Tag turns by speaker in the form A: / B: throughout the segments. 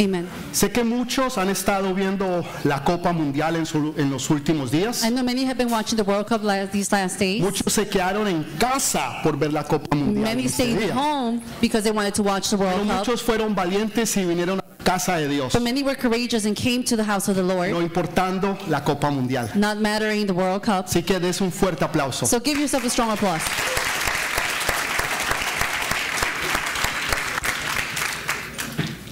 A: Amen.
B: Sé que muchos han estado viendo la Copa Mundial en, su- en los últimos días.
A: I know many have been watching the World Cup last, these last days.
B: Muchos se quedaron en casa por ver la Copa Mundial.
A: Many
B: ese
A: stayed
B: día.
A: home because they wanted to watch the
B: Pero
A: World Cup.
B: muchos fueron valientes y vinieron a la casa de Dios,
A: But many were courageous and came to the house of the Lord,
B: no importando la Copa Mundial.
A: not mattering the World Cup.
B: Así que des un fuerte aplauso.
A: So give yourself a strong applause.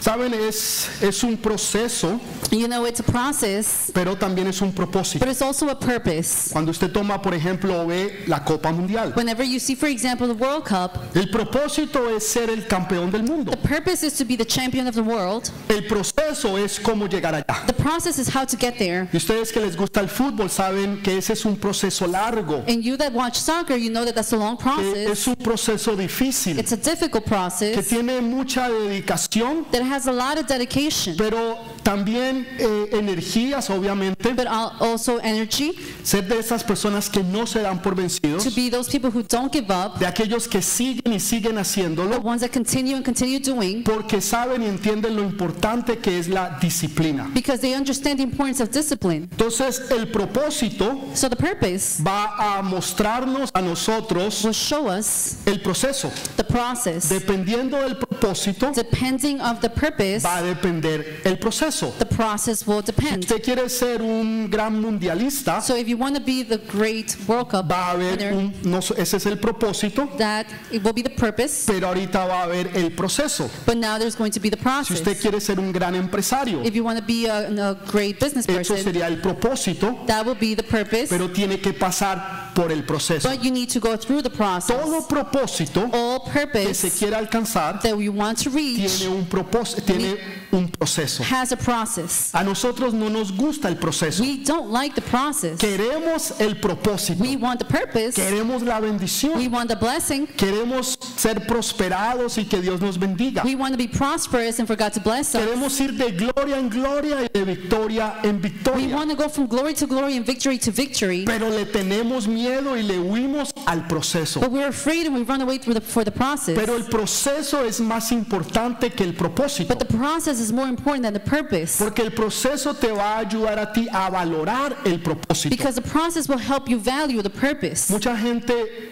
B: Saben, es, es un proceso,
A: You know, it's a process,
B: pero también es un propósito.
A: but it's also a purpose.
B: Cuando usted toma, por ejemplo, o ve la Copa Mundial,
A: Whenever you see, for example, the World Cup,
B: el propósito es ser el campeón del mundo.
A: the purpose is to be the champion of the world.
B: El proceso es cómo llegar allá.
A: The process is how to get there.
B: Y ustedes que les gusta el fútbol saben que ese es un proceso largo,
A: And you that watch soccer, you know that that's a long
B: que
A: process.
B: es un proceso difícil,
A: It's a difficult
B: que
A: process
B: tiene mucha dedicación,
A: that has a lot of dedication,
B: pero también eh, energías, obviamente.
A: but al- also energy
B: Ser de esas personas que no se dan por vencidos,
A: to be those people who don't give up,
B: de aquellos que siguen y siguen
A: the
B: haciéndolo,
A: ones that continue and continue doing
B: porque saben y entienden lo importante que es la disciplina.
A: because they understand the importance of discipline.
B: Entonces, el propósito
A: So the purpose
B: va a mostrarnos a nosotros
A: will show us
B: el proceso.
A: the process.
B: Dependiendo del propósito,
A: Depending of the purpose,
B: va a depender el proceso.
A: the process will depend.
B: Usted quiere ser un gran mundialista,
A: So if you want to be the great World Cup
B: va a haber
A: winner,
B: un, no, sé, ese es el propósito,
A: that it will be the purpose,
B: pero ahorita va a haber el proceso.
A: but now there's going to be the
B: Si
A: process.
B: usted quiere ser un gran empresario,
A: If you want to be a, a great business
B: eso
A: person,
B: sería el propósito,
A: that will be the purpose,
B: pero tiene que pasar por el proceso.
A: but you need to go through the process.
B: Todo propósito
A: All
B: que se
A: purpose
B: quiera alcanzar
A: that we want to reach
B: tiene un propós- tiene un proceso.
A: has a process.
B: A nosotros no nos gusta el proceso.
A: We don't like the process.
B: Queremos el propósito.
A: We want the purpose.
B: Queremos la
A: We
B: bendición.
A: want the blessing.
B: Queremos ser prosperados y que Dios nos bendiga.
A: We want to be prosperous and for God to bless us.
B: Queremos ir de gloria en gloria y de victoria en
A: We
B: victoria.
A: want to go from glory to glory and victory to victory,
B: Pero le tenemos miedo y le huimos al proceso.
A: but we're afraid and we run away through the, for the process.
B: Pero el proceso es más importante que el propósito.
A: But the process is more important than the purpose
B: Porque el proceso te va a ayudar a ti a valorar el propósito.
A: because the process will help you value the purpose.
B: Mucha gente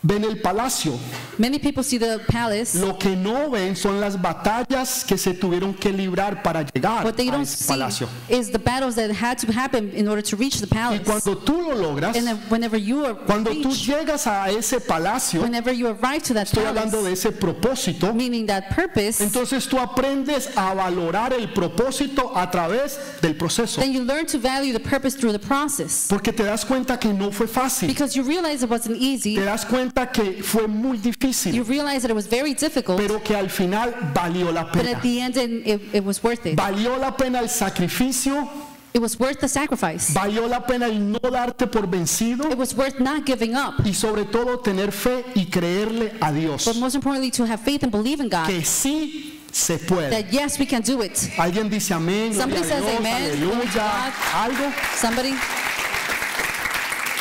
B: ve en el palacio.
A: Many people see the palace,
B: Lo que no ven son las batallas que se tuvieron que librar para llegar
A: what they
B: a
A: don't
B: ese
A: see
B: palacio.
A: is the battles that had to happen in order to reach the
B: Y
A: palace.
B: cuando tú lo logras,
A: And then whenever you are
B: cuando tú
A: reach,
B: llegas a ese palacio,
A: whenever you arrive to that
B: estoy hablando
A: palace,
B: de ese propósito,
A: meaning that purpose,
B: entonces tú aprendes a valorar el propósito a través del proceso.
A: then you learn to value the purpose through the process
B: Porque te das cuenta que no fue fácil.
A: because you realize it wasn't
B: Te
A: easy.
B: das cuenta que fue muy
A: You
B: difícil,
A: realize that it was very difficult.
B: pero que al final valió la
A: But
B: pena.
A: at the end, it, it, it was worth it.
B: Valió la pena el sacrificio,
A: It was worth the sacrifice.
B: valió la pena el no darte por vencido.
A: It was worth not giving up.
B: y sobre todo tener fe y creerle a Dios
A: But most importantly, to have faith and believe in God
B: que sí se puede.
A: that yes, we can do it.
B: Alguien dice amén, gloria a
A: Somebody says
B: Dios,
A: amen, glory to
B: aleluya,
A: God.
B: algo.
A: Somebody,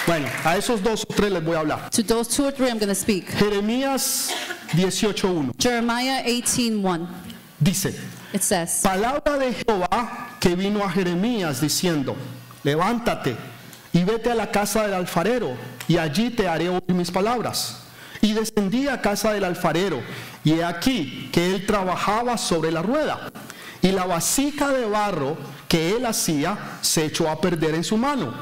B: Bueno, a esos dos o tres les voy a hablar.
A: to those two or three, I'm going to speak.
B: Jeremías 18:1
A: Jeremiah 18:1.
B: dice,
A: It says,
B: palabra de Jehová que vino a Jeremías diciendo, levántate y vete a la casa del alfarero y allí te haré oír mis palabras. Y descendí a casa del alfarero y he aquí que él trabajaba sobre la rueda y la vasija de barro que él hacía se echó a perder en su mano.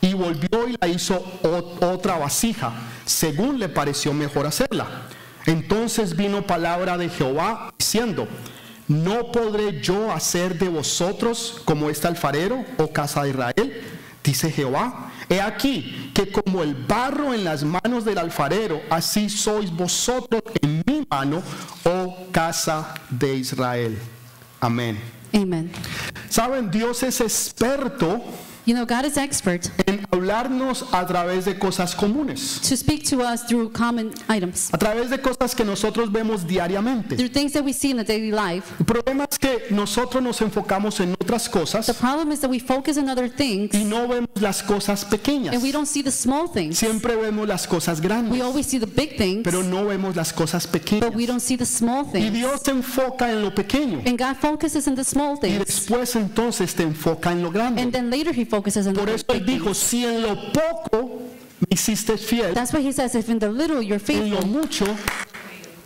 B: Y volvió y la hizo ot- otra vasija, según le pareció mejor hacerla. Entonces vino palabra de Jehová diciendo, ¿no podré yo hacer de vosotros como este alfarero o casa de Israel? Dice Jehová, he aquí que como el barro en las manos del alfarero, así sois vosotros en mi mano, oh casa de Israel. Amén.
A: Amen.
B: Saben, Dios es experto
A: You know, God is expert
B: en hablarnos a través de cosas comunes,
A: to speak to us through common items,
B: a través de cosas que nosotros vemos diariamente.
A: through things that we see in the daily life.
B: El problema es que nosotros nos enfocamos en otras
A: The
B: cosas
A: problem is that we focus on other things
B: y no vemos las cosas pequeñas.
A: and we don't see the small things.
B: Siempre vemos las cosas
A: We
B: grandes,
A: always see the big things,
B: pero no vemos las cosas pequeñas.
A: but we don't see the small
B: Y
A: things.
B: Dios te enfoca en lo pequeño
A: And God focuses on the small
B: y
A: things,
B: después entonces te enfoca en lo grande.
A: and then later He focuses on the
B: Por eso él
A: big things.
B: dijo, si en lo poco me hiciste fiel,
A: That's why He says, "If in the little you're
B: en lo
A: faithful,
B: mucho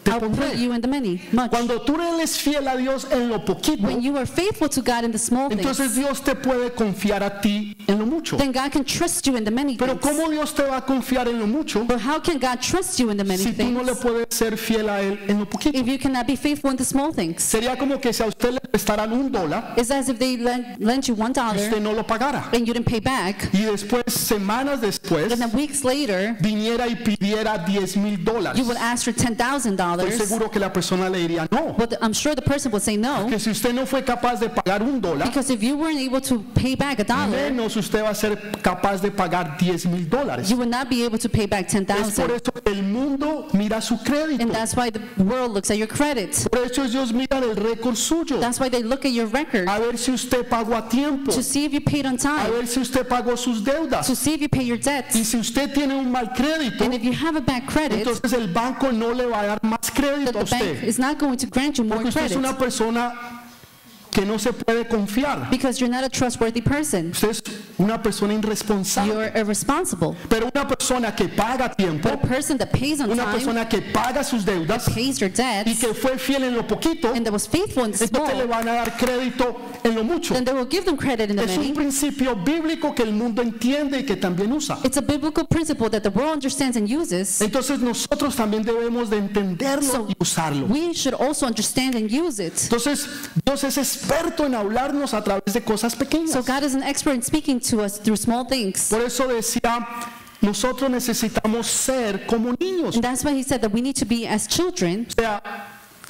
B: te
A: I'll put
B: pondré.
A: you in the many." Much.
B: Cuando tú eres fiel a Dios en lo poquito,
A: When you are faithful to God in the small things,
B: entonces Dios te puede confiar a ti en lo mucho.
A: then God can trust you in the many
B: Pero
A: things.
B: ¿cómo Dios te va a confiar en lo mucho
A: But how can God trust you in the many
B: si tú no le
A: things
B: puedes ser fiel a Él en lo poquito?
A: if you cannot be faithful in the small things?
B: Sería como que si a usted le prestaran un dólar,
A: It's as if they lend, lend you one
B: y
A: dollar
B: usted no lo pagara.
A: and you didn't pay back,
B: Y después, semanas después,
A: and then weeks later
B: viniera y pidiera 10 mil dólares.
A: you would ask for ten thousand
B: Estoy
A: dollars.
B: seguro que la persona le diría no.
A: But I'm sure the person would say no
B: Que si usted no fue capaz de pagar un dólar,
A: because if you weren't able to pay back a dollar,
B: menos usted va a ser capaz de pagar 10 mil dólares.
A: you would not be able to pay back ten
B: Es por
A: thousand.
B: eso que el mundo mira su crédito.
A: And that's why the world looks at your credit.
B: Por eso ellos miran el récord suyo.
A: That's why they look at your record
B: A ver si usted pagó a tiempo.
A: to see if you paid on
B: A
A: time,
B: ver si usted pagó sus
A: to
B: deudas.
A: see if you pay your debts.
B: Y si usted tiene un mal crédito,
A: And if you have a bad credit,
B: entonces el banco no le va a dar más
A: that
B: crédito
A: the
B: a
A: bank
B: usted.
A: is not going to grant you more
B: Porque usted es
A: credit
B: una persona que no se puede confiar.
A: because you're not a trustworthy person.
B: Usted es una persona irresponsable.
A: You're irresponsible.
B: Pero una persona que paga a tiempo,
A: But a person that pays on
B: una
A: time,
B: persona que paga sus deudas
A: pays your
B: y
A: debts,
B: que fue fiel en lo poquito,
A: and that was faithful in the
B: entonces
A: small,
B: le van a dar crédito en lo mucho.
A: then they will give them credit in the
B: Es un
A: many.
B: principio bíblico que el mundo entiende y que también usa.
A: It's a biblical principle that the world understands and uses.
B: Entonces nosotros también debemos de entenderlo
A: So,
B: y usarlo.
A: We should also understand and use it.
B: Entonces Dios es experto en hablarnos a través de cosas pequeñas.
A: So God is an expert in speaking to us through small things.
B: Por eso decía, nosotros necesitamos ser como niños.
A: And that's why he said that we need to be as children.
B: O sea,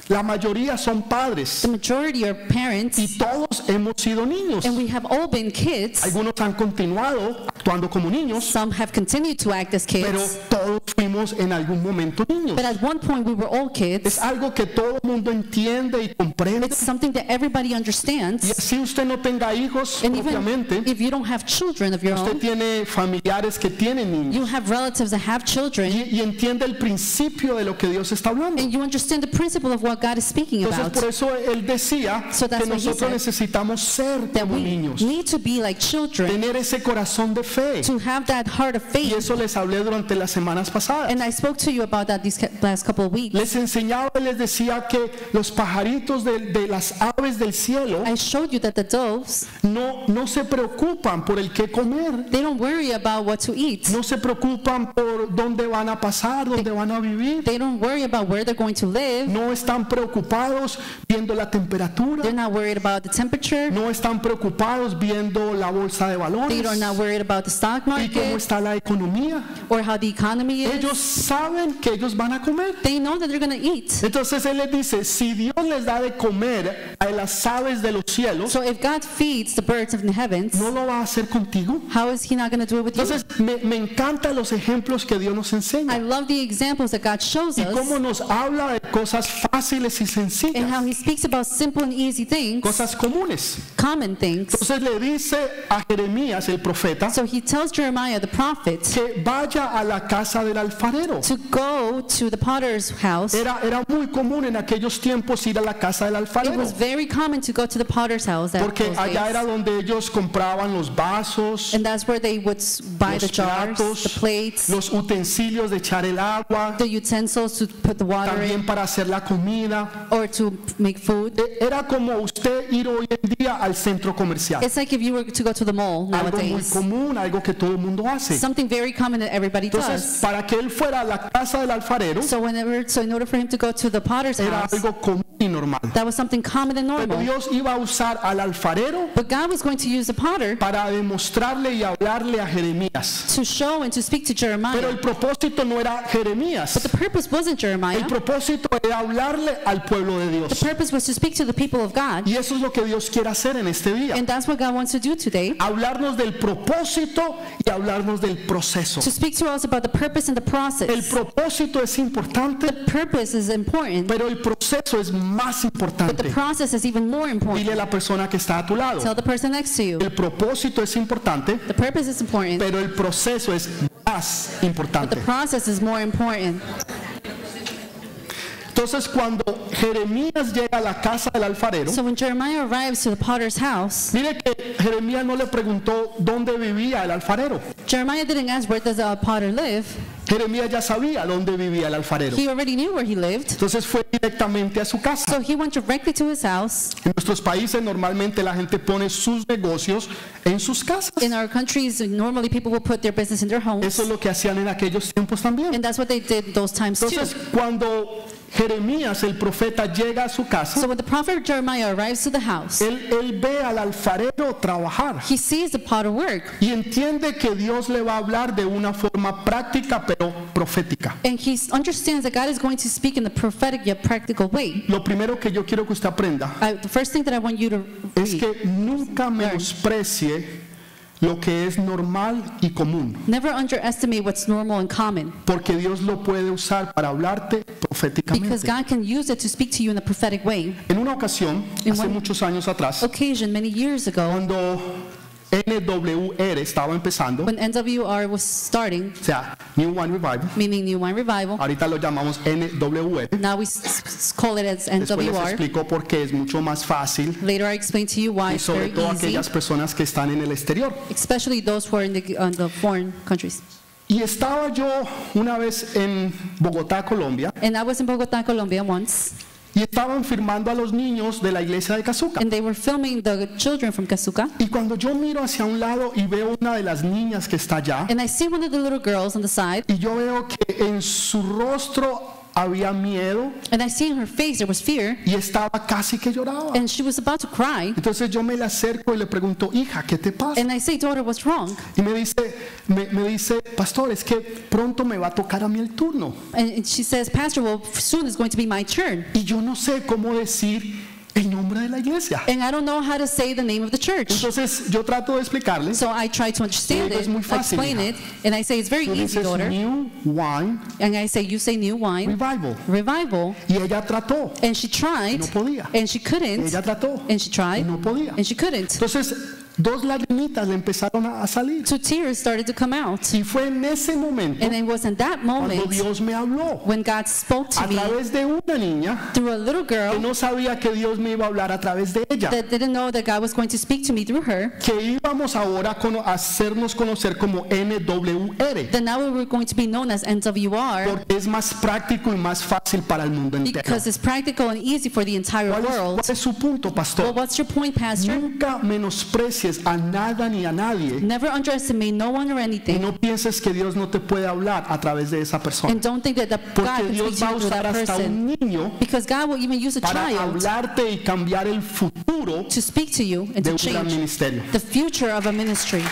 B: la mayoría son padres
A: The majority are parents,
B: y todos hemos sido niños.
A: and we have all been kids.
B: Algunos han continuado actuando como niños,
A: Some have continued to act as
B: pero
A: kids.
B: todos fuimos en algún momento niños.
A: But at one point, we were all
B: Es
A: kids.
B: algo que todo el mundo entiende y comprende.
A: It's something that everybody
B: Y
A: understands.
B: así usted no tenga hijos,
A: And even
B: obviamente,
A: if you don't have children of your
B: usted
A: own,
B: tiene familiares que tienen niños
A: you have relatives that have children,
B: y, y entiende el principio de lo que Dios está hablando.
A: and you understand the principle of what God is speaking
B: Entonces
A: about.
B: por eso él decía
A: So that's
B: que
A: what he
B: nosotros
A: said.
B: necesitamos ser
A: That
B: como
A: we
B: niños,
A: need to be like children,
B: tener ese corazón de fe.
A: to have that heart of
B: Y
A: faith.
B: eso les hablé durante las semanas pasadas.
A: And I spoke to you about that these ca- last couple of weeks.
B: Les enseñaba y les decía que los pajaritos de, de las aves del cielo
A: I showed you that the doves,
B: no, no se preocupan por el qué comer,
A: they don't worry about what to eat.
B: no se preocupan por dónde van a pasar, dónde van a vivir.
A: They don't worry about where they're going to live.
B: No están preocupados viendo la temperatura.
A: They're not worried about the temperature.
B: No están preocupados viendo la bolsa de
A: They
B: valores
A: are not worried about the stock
B: y cómo
A: market
B: está la economía.
A: or how the economy is.
B: Ellos saben que ellos van a comer.
A: They know that they're going to eat.
B: Entonces Él les dice, si Dios les da de comer a las aves de los cielos,
A: So if God feeds the birds of the heavens,
B: ¿no lo va a hacer contigo?
A: how is He not going to do it with you?
B: Entonces me, me encantan los ejemplos que Dios nos
A: I
B: enseña
A: love the examples that God shows
B: y cómo
A: us
B: nos habla de cosas fáciles y
A: and
B: sencillas,
A: how He speaks about simple and easy things,
B: cosas comunes.
A: common things.
B: Entonces le dice a Jeremías el profeta
A: So He tells Jeremiah the prophet
B: que vaya a la casa del alfarero.
A: to go to the potter's house.
B: Era, era muy común en aquellos tiempos ir a la casa del
A: It
B: alfarero,
A: was very common to go to the potter's house that
B: porque
A: those
B: allá era
A: days.
B: donde ellos compraban los vasos,
A: And that's where they would s- buy the
B: los
A: jars,
B: platos,
A: the plates,
B: los utensilios de echar el agua,
A: the utensils to put the water in
B: también para hacer la comida.
A: or to make food.
B: E- Era como usted ir hoy en día al centro comercial,
A: It's like if you were to go to the mall
B: algo muy
A: nowadays.
B: común, algo que todo el mundo hace.
A: Something very common that everybody
B: Entonces,
A: does.
B: para que él fuera a la casa del alfarero,
A: So whenever, so in order for him to go to the potter's
B: era
A: house,
B: algo común y normal.
A: That was something common and
B: Pero
A: normal.
B: Dios iba a usar al alfarero
A: But God was going to use the potter
B: para demostrarle y hablarle a Jeremías.
A: to show and to speak to
B: Pero
A: Jeremiah.
B: el propósito no era
A: But
B: Jeremías.
A: the purpose wasn't
B: El
A: Jeremiah.
B: propósito era hablarle al pueblo de
A: The
B: Dios.
A: purpose was to speak to the people of God.
B: Y eso es lo que Dios quiere hacer en este día.
A: And that's what God wants to do today.
B: Hablarnos del propósito y hablarnos del proceso.
A: To speak to us about the purpose and the
B: El
A: process.
B: propósito es importante,
A: The purpose is important,
B: pero el proceso es más
A: but the
B: importante.
A: process is even more
B: Dile a
A: important.
B: la persona que está a tu lado.
A: Tell the person next to you.
B: El propósito es importante,
A: The purpose is important,
B: pero el proceso es más
A: the
B: importante.
A: process is more important.
B: Entonces, cuando Jeremías llega a la casa del alfarero,
A: So when Jeremiah arrives to the potter's house,
B: mire que Jeremías no le preguntó dónde vivía el alfarero.
A: Jeremiah didn't ask where does the potter live.
B: Jeremías ya sabía dónde vivía el alfarero.
A: He already knew where he lived.
B: Entonces fue directamente a su casa.
A: So he went directly to his house.
B: En nuestros países normalmente la gente pone sus negocios en sus casas.
A: In our countries, normally people will put their business in their homes,
B: Eso es lo que hacían en aquellos tiempos también.
A: and that's what they did those times too.
B: Entonces, cuando Jeremías, el profeta, llega a su casa,
A: So when the prophet Jeremiah arrives to the house,
B: él, él ve al alfarero trabajar
A: he sees the potter work,
B: y entiende que Dios le va a hablar de una forma práctica pero profética.
A: and he s- understands that God is going to speak in the prophetic yet practical way.
B: Lo primero que yo quiero que usted aprenda
A: I, the first thing that I want you to
B: es
A: read,
B: que nunca menosprecie lo que es normal y común,
A: never underestimate what's normal and common.
B: porque Dios lo puede usar para hablarte
A: Because
B: proféticamente.
A: God can use it to speak to you in a prophetic way.
B: En una ocasión,
A: En
B: hace
A: un-
B: muchos años atrás,
A: Occasion many years ago,
B: cuando NWR estaba empezando,
A: when NWR was starting,
B: o sea, New Wine Revival,
A: meaning New Wine Revival,
B: ahorita lo llamamos NWR,
A: now we s- s- call it as
B: después les
A: NWR.
B: explico por qué es mucho más fácil
A: Later, I explain to you why
B: y
A: it's
B: sobre
A: very
B: todo
A: easy,
B: aquellas personas que están en el exterior.
A: especially those who are in the, on the foreign countries.
B: Y estaba yo una vez en Bogotá, Colombia,
A: And I was in Bogota, Colombia once,
B: y estaban firmando a los niños de la iglesia de Cazuca.
A: and they were filming the children from Casuca.
B: Y cuando yo miro hacia un lado y veo una de las niñas que está allá,
A: And I see one of the little girls on the side,
B: y yo veo que en su rostro había miedo
A: and I see in her face there was fear,
B: y estaba casi que lloraba.
A: and she was about to cry.
B: Entonces yo me le acerco y le pregunto, hija, ¿qué te pasa?
A: And I say, Daughter, what's wrong?
B: Y me dice, me, me dice, pastor, es que pronto me va a tocar a mí el turno.
A: And and she says, Pastor, well, soon it's going to be my turn.
B: Y yo no sé cómo decir el nombre de la iglesia.
A: and I don't know how to say the name of the church.
B: Entonces yo trato de explicarles.
A: So I try to understand
B: Luego es
A: it,
B: muy fácil,
A: explain
B: hija.
A: it, and I say it's very
B: Tú
A: easy,
B: dices
A: daughter.
B: New Wine
A: And I say you say new wine
B: Revival.
A: revival,
B: Y ella trató,
A: and she tried,
B: No podía.
A: and she couldn't,
B: ella trató,
A: and she
B: y
A: tried,
B: no podía.
A: and she couldn't.
B: Entonces dos lagrimitas le empezaron a a salir.
A: So tears started to come out,
B: Y fue en ese momento
A: and it was in that
B: cuando
A: moment
B: Dios me habló
A: when God spoke to
B: a
A: me
B: través de una niña
A: through a little
B: que
A: girl
B: no sabía que Dios me iba a hablar a través de ella.
A: that didn't know that God was going to speak to me through her.
B: que íbamos ahora a cono- a hacernos conocer como NWR,
A: Then now we were going to be known as NWR
B: porque es más práctico y más fácil para el mundo entero.
A: because it's practical and easy for the entire
B: ¿Cuál es,
A: world.
B: cuál es su punto,
A: Well,
B: pastor?
A: what's your point, Pastor?
B: Nunca menosprecies a nada ni a nadie
A: Never underestimate no one or
B: y
A: anything,
B: no pienses que Dios no te puede hablar a través de esa persona,
A: and don't think that the God
B: porque
A: can speak
B: Dios
A: to
B: va a
A: you through
B: usar
A: that
B: hasta
A: person,
B: un niño
A: because God will even use a
B: para
A: child
B: hablarte y cambiar el futuro
A: to speak to you and to
B: de un gran
A: change
B: ministerio.
A: the future of a ministry.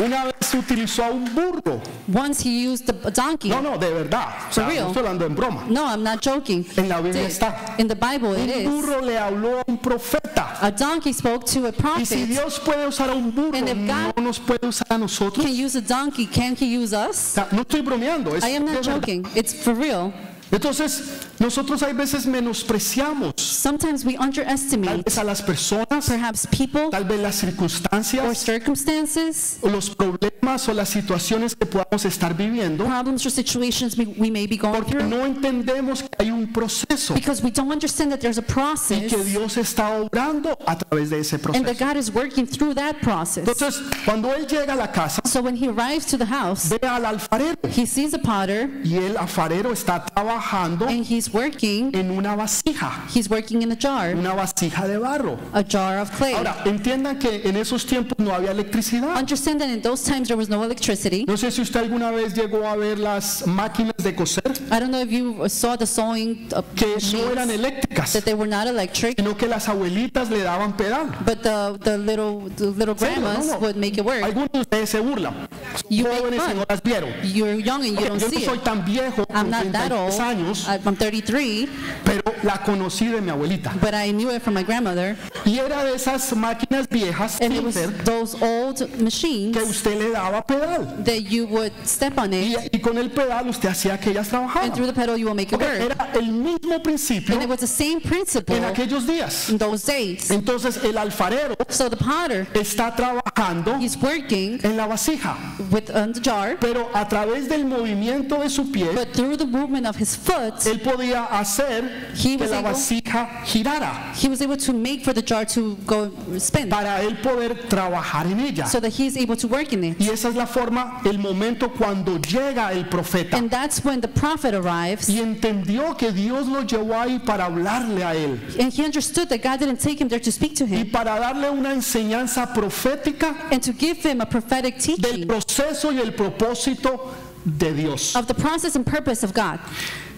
B: Una vez utilizó a un burro,
A: Once he used the a donkey.
B: no, no, de verdad, o sea, no
A: real.
B: estoy hablando en broma,
A: No, I'm not joking.
B: en la Biblia
A: Did-
B: está.
A: In the Bible, it
B: Un
A: is.
B: burro le habló a un profeta.
A: A donkey spoke to a
B: Y si
A: prophet.
B: Dios puede usar a un burro,
A: And if
B: no
A: God-
B: nos puede usar a nosotros.
A: Can use a donkey? Can he use
B: O
A: us?
B: sea, no estoy bromeando. es
A: I am
B: de
A: not
B: verdad.
A: joking. It's for real.
B: Entonces, nosotros hay veces menospreciamos
A: Sometimes we
B: tal
A: underestimate
B: vez a las personas,
A: perhaps people
B: tal vez las
A: or
B: circunstancias,
A: circumstances,
B: o los problemas o las situaciones que podamos estar viviendo,
A: problems or situations we, we may be going
B: porque
A: through.
B: no entendemos que hay un proceso
A: Because we don't understand that there's a
B: y que
A: process
B: Dios está obrando a través de ese
A: and that
B: proceso.
A: God is working through that process.
B: Entonces, cuando él llega a la casa,
A: So when he arrives to the house,
B: ve al alfarero
A: he sees a potter
B: y el alfarero está trabajando
A: and he's working.
B: en una vasija.
A: He's looking in a jar,
B: una vasija de barro.
A: a jar of clay.
B: Ahora, entiendan que en esos tiempos no había electricidad.
A: Understand that in those times there was no electricity.
B: No sé si usted alguna vez llegó a ver las máquinas de coser
A: I don't know if you saw the sewing uh,
B: que
A: machines,
B: no eran eléctricas,
A: that they were not electric,
B: sino que las abuelitas le daban pedal.
A: but the, the little the little
B: Serio, no,
A: grandmas
B: no.
A: would make it work.
B: Algunos de ustedes se burlan.
A: You
B: Son
A: make
B: Jóvenes y
A: fun.
B: no las vieron.
A: You're young and you
B: Ok,
A: don't
B: yo no
A: see
B: soy
A: it.
B: tan viejo,
A: I'm
B: con
A: not that old.
B: 33 años,
A: I- I'm 33,
B: pero la conocí de mi abuelita.
A: but I knew it from my grandmother.
B: Y era de esas máquinas viejas
A: And it was
B: Kinder,
A: those old
B: que
A: machines
B: usted le daba pedal.
A: that you would step on
B: Y,
A: it,
B: y con el pedal usted hacía que ellas trabajaran.
A: and through the pedal you will make it
B: Ok,
A: work.
B: Era el mismo principio
A: And it was the same principle
B: en aquellos días.
A: in those days.
B: Entonces el alfarero
A: So the potter,
B: está trabajando
A: he's working
B: en la vasija,
A: with on the jar,
B: pero a través del movimiento de su pie,
A: but through the movement of his foot,
B: él podía hacer
A: He
B: que
A: was
B: la
A: able-
B: vasija girara
A: he was able to make for the jar to go spin
B: para él poder trabajar en ella.
A: so that he is able to work in it.
B: Y esa es la forma, el momento cuando llega el profeta
A: And that's when the prophet arrives,
B: y entendió que Dios lo llevó ahí para hablarle a él
A: and he understood that God didn't take him there to speak to
B: y
A: him
B: para darle una enseñanza profética
A: and to give him a prophetic
B: del
A: teaching
B: proceso y el propósito de Dios.
A: of the process and purpose of God.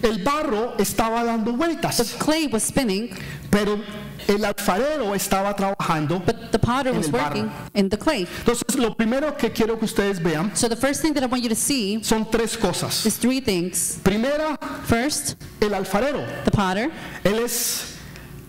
B: El barro estaba dando
A: The
B: vueltas,
A: clay was spinning,
B: pero el alfarero estaba trabajando.
A: but the potter
B: En
A: was
B: el barro.
A: working in the clay.
B: Entonces, lo primero que quiero que ustedes vean
A: So the first thing that I want you to see
B: son tres cosas.
A: is three things.
B: Primera,
A: First,
B: el alfarero.
A: the potter,
B: Él es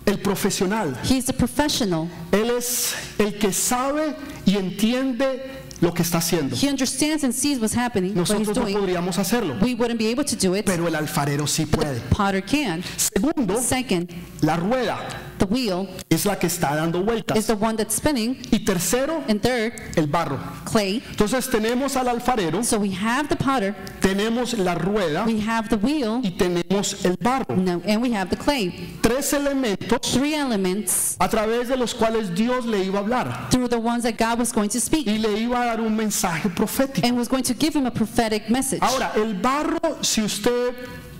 B: el profesional.
A: he's a professional.
B: Él es el que sabe y entiende lo que está haciendo.
A: He understands and sees what's happening, what he's
B: Nosotros no
A: doing.
B: podríamos hacerlo,
A: We wouldn't be able to do it,
B: pero el alfarero sí puede.
A: potter can.
B: Segundo,
A: Second,
B: la rueda
A: the wheel
B: es la que está dando
A: is
B: vueltas.
A: the one that's spinning.
B: Y tercero,
A: And third,
B: el barro.
A: clay.
B: Entonces tenemos al alfarero,
A: So we have the potter,
B: tenemos la rueda
A: we have the wheel,
B: y tenemos el barro.
A: no, and we have the clay.
B: Tres elementos
A: Three elements
B: a través de los cuales Dios le iba a hablar
A: through the ones that God was going to speak
B: y le iba a dar un mensaje profético.
A: and was going to give him a prophetic message.
B: Ahora, el barro, si usted,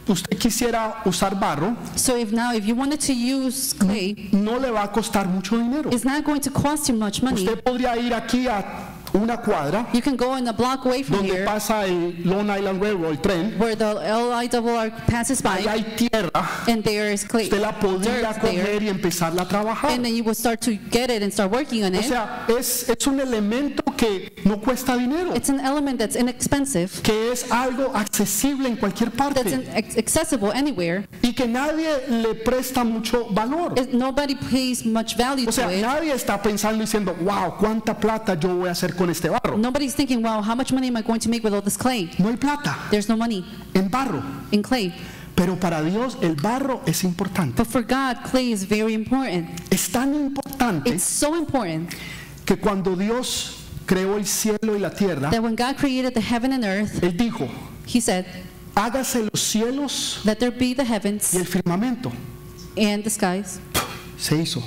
B: usted quisiera usar barro,
A: So if now, if you wanted to use clay,
B: no le va a costar mucho dinero.
A: it's not going to cost you much money.
B: Usted podría ir aquí a una cuadra
A: You can go in a block away from
B: donde
A: here
B: pasa el Long Island Railroad, el tren.
A: where the LIRR passes
B: Ahí
A: by
B: hay tierra,
A: and there is clay.
B: usted la podría
A: Dirt there.
B: coger y empezarla a trabajar.
A: And then you will start to get it and start working on
B: O
A: it.
B: sea, es, es un elemento que no cuesta dinero,
A: It's an element that's inexpensive,
B: que es algo accesible en cualquier
A: that's in-
B: parte
A: ac- accessible anywhere.
B: y que nadie le presta mucho valor.
A: It- Nobody pays much value
B: O sea,
A: to it.
B: nadie está pensando y diciendo, wow, cuánta plata yo voy a hacer con este barro.
A: Nobody's thinking, wow, how much money am I going to make with all this clay?
B: No hay plata
A: There's no money
B: en barro,
A: in clay.
B: pero para Dios el barro es importante.
A: But for God, clay is very important.
B: Es tan importante
A: It's so important
B: que cuando Dios creó el cielo y la tierra,
A: that when God created the heaven and earth,
B: Él dijo,
A: He said,
B: hágase los cielos
A: Let there be the
B: y
A: heavens
B: el firmamento.
A: and the skies.
B: Se hizo.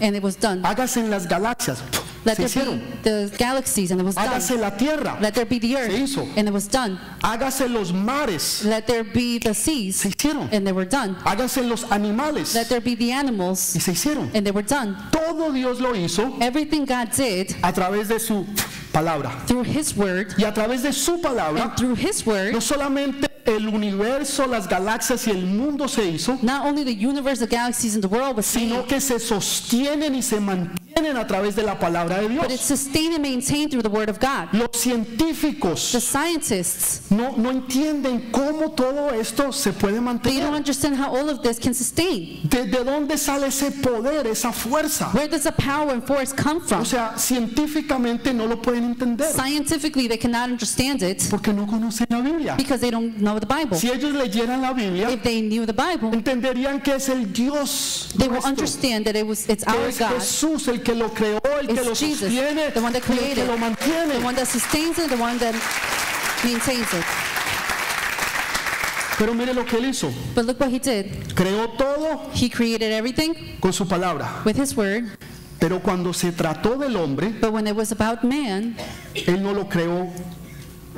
A: And it was done.
B: Hágase en las galaxias.
A: Let
B: Ah, Se
A: there be
B: hicieron.
A: the galaxies, and it was done.
B: Hágase la tierra.
A: Let there be the
B: Se
A: earth,
B: hizo.
A: and it was done.
B: Hágase los mares.
A: Let there be the
B: Se
A: seas,
B: hicieron.
A: and they were done.
B: Hágase los animales.
A: Let there be the animals,
B: Y se hicieron.
A: and they were done.
B: Todo Dios lo hizo
A: Everything God did
B: a través de su palabra.
A: through His word,
B: Y a través de su palabra,
A: and through His word,
B: no solamente el universo, las galaxias y el mundo se hizo,
A: not only the universe, the galaxies, and the world was
B: sino
A: seen,
B: que se sostienen y se mantienen a través de la palabra de
A: but it's
B: Dios.
A: sustained and maintained through the word of God.
B: Los científicos
A: The scientists,
B: no, no entienden cómo todo esto se puede
A: they don't
B: mantener.
A: understand how all of this can sustain.
B: ¿De, de dónde sale ese poder, esa fuerza?
A: Where does the power and force come
B: O
A: from?
B: sea, científicamente no lo pueden entender
A: Scientifically, they cannot understand it
B: porque no conocen la Biblia.
A: because they don't know the Bible.
B: Si ellos leyeran la Biblia,
A: If they knew the Bible,
B: entenderían que es el Dios
A: they will
B: nuestro,
A: understand that it was it's
B: que
A: our
B: es
A: God,
B: Jesús el que lo creó, el que
A: It's
B: lo
A: Jesus,
B: sostiene,
A: the one that
B: y el que
A: created,
B: lo mantiene.
A: the one that sustains it, the one that maintains it.
B: Pero mire lo que él hizo.
A: But look what he did.
B: Creó todo
A: He created everything
B: con su palabra.
A: with his word,
B: Pero cuando se trató del hombre,
A: but when it was about man,
B: él no lo creó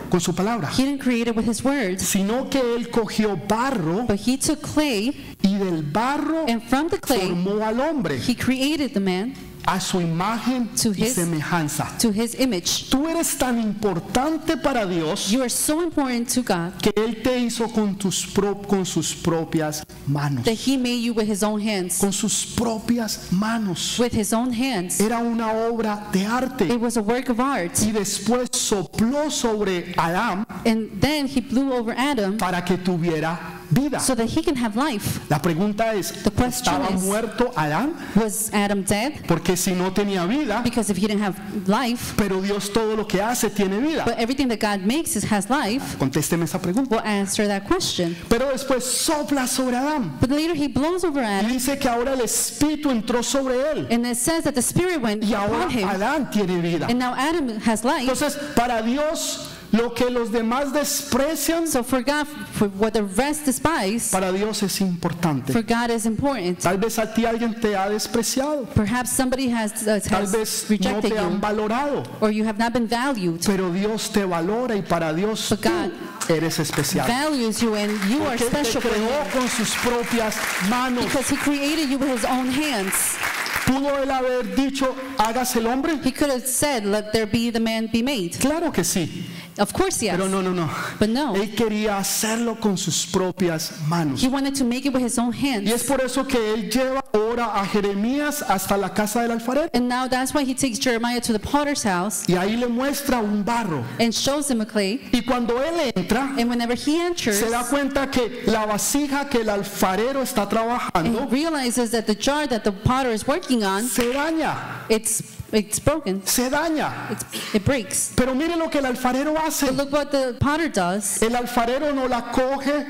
B: con su palabra,
A: he didn't create it with his word.
B: sino que él cogió barro
A: But he took clay
B: y del barro
A: And from the clay,
B: formó al hombre
A: he created the man
B: a su imagen
A: To
B: y
A: his-
B: semejanza.
A: to his image.
B: Tú eres tan importante para Dios
A: You are so important to God
B: que Él te hizo con, tus pro- con sus propias manos.
A: that he made you with his own hands.
B: Con sus propias manos.
A: With his own hands.
B: Era una obra de arte.
A: It was a work of art.
B: Y después sopló sobre Adán
A: And then he blew over Adam
B: para que tuviera vida.
A: so that he can have life.
B: La pregunta es,
A: The question
B: ¿estaba
A: is-
B: muerto Adán?
A: Was Adam dead?
B: Porque si no tenía vida,
A: Because if he didn't have life,
B: pero Dios todo lo que hace tiene vida.
A: but everything that God makes is has life,
B: Contésteme esa pregunta.
A: we'll answer that question.
B: Pero después sopla sobre Adán.
A: But later he blows over
B: Y
A: Adam
B: dice que ahora el espíritu entró sobre él
A: and it says that the spirit went
B: y
A: upon
B: ahora
A: him.
B: Adán tiene vida.
A: And now Adam has life.
B: Entonces, para Dios lo que los demás desprecian,
A: So for God, for what the rest despise,
B: para Dios es
A: for
B: importante.
A: God is important.
B: Tal vez a ti alguien te ha despreciado,
A: Perhaps somebody has, uh,
B: tal
A: has
B: vez no
A: rejected
B: te han
A: you,
B: valorado,
A: or you have not been valued.
B: pero Dios te valora y para Dios
A: But God
B: tú eres especial.
A: Values you, and you are
B: Porque Él te
A: special for
B: creó
A: Him
B: con sus propias manos.
A: because He created you with His own hands.
B: ¿Pudo él haber dicho, hágase el hombre?
A: He could have said, "Let there be the man be made."
B: Claro que sí,
A: Of course, yes.
B: pero no, no, no.
A: But no.
B: Él quería hacerlo con sus propias manos.
A: He wanted to make it with His own
B: Y es
A: hands,
B: por eso que él lleva ahora a Jeremías hasta la casa del alfarero.
A: and now that's why He takes Jeremiah to the potter's house
B: Y ahí le muestra un barro.
A: and shows him a clay.
B: Y cuando él entra,
A: And whenever he enters,
B: se da cuenta que la vasija que el alfarero está
A: and
B: trabajando
A: he realizes that the jar that the potter is working on,
B: se daña,
A: it's it's broken.
B: se daña.
A: It's, it breaks.
B: Pero mire lo que el alfarero hace.
A: But look what the potter does.
B: El alfarero no la coge,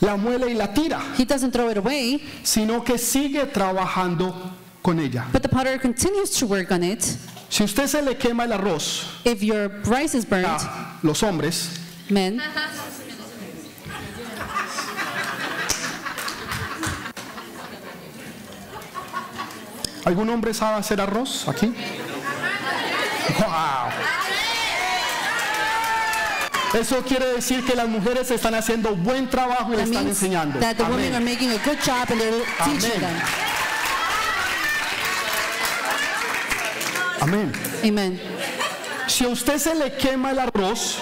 B: la muele y la tira,
A: He doesn't throw it away,
B: sino que sigue trabajando con ella.
A: but the potter continues to work on it.
B: Si usted se le quema el arroz
A: If your rice is burnt,
B: a los hombres,
A: men,
B: ¿algún hombre sabe hacer arroz aquí? ¡Wow! Eso quiere decir que las mujeres están haciendo buen trabajo y le
A: that
B: están
A: means
B: enseñando.
A: that the women are
B: Amén.
A: making a good job and they're teaching them.
B: Amén. Amén.
A: Amen.
B: Si a usted se le quema el arroz,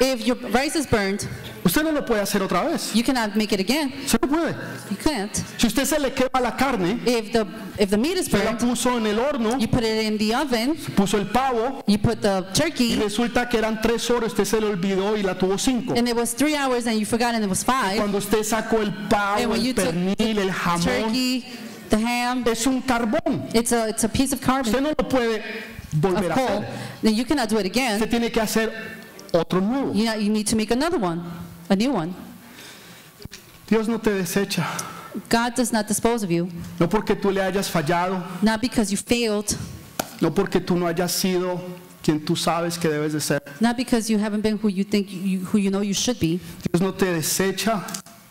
A: If your rice is burned,
B: usted no lo puede hacer otra vez.
A: you cannot make it again.
B: Se lo puede.
A: You can't.
B: Si usted se le quema la carne,
A: If the if the meat is
B: usted la
A: burned,
B: puso en el horno,
A: you put it in the oven,
B: puso el pavo
A: you put the
B: y
A: turkey,
B: resulta que eran tres horas, usted se le olvidó y la tuvo cinco.
A: and it was three hours and you forgot and it was five.
B: Cuando usted sacó el
A: And
B: pavo,
A: when you
B: el
A: took
B: pernil, el jamón,
A: turkey, the ham,
B: es un carbón.
A: it's a it's a piece of
B: Usted
A: carbon
B: no lo puede
A: of
B: volver a
A: coal.
B: hacer.
A: Then you cannot do it again.
B: Usted tiene que hacer otro nuevo.
A: You know, you need to make another one, a new one.
B: Dios no te desecha.
A: God does not dispose of you,
B: No porque tú le hayas fallado,
A: not because you failed,
B: no porque tú no hayas sido quien tú sabes que debes de ser.
A: not because you haven't been who you think you, who you know you should be.
B: Dios no te desecha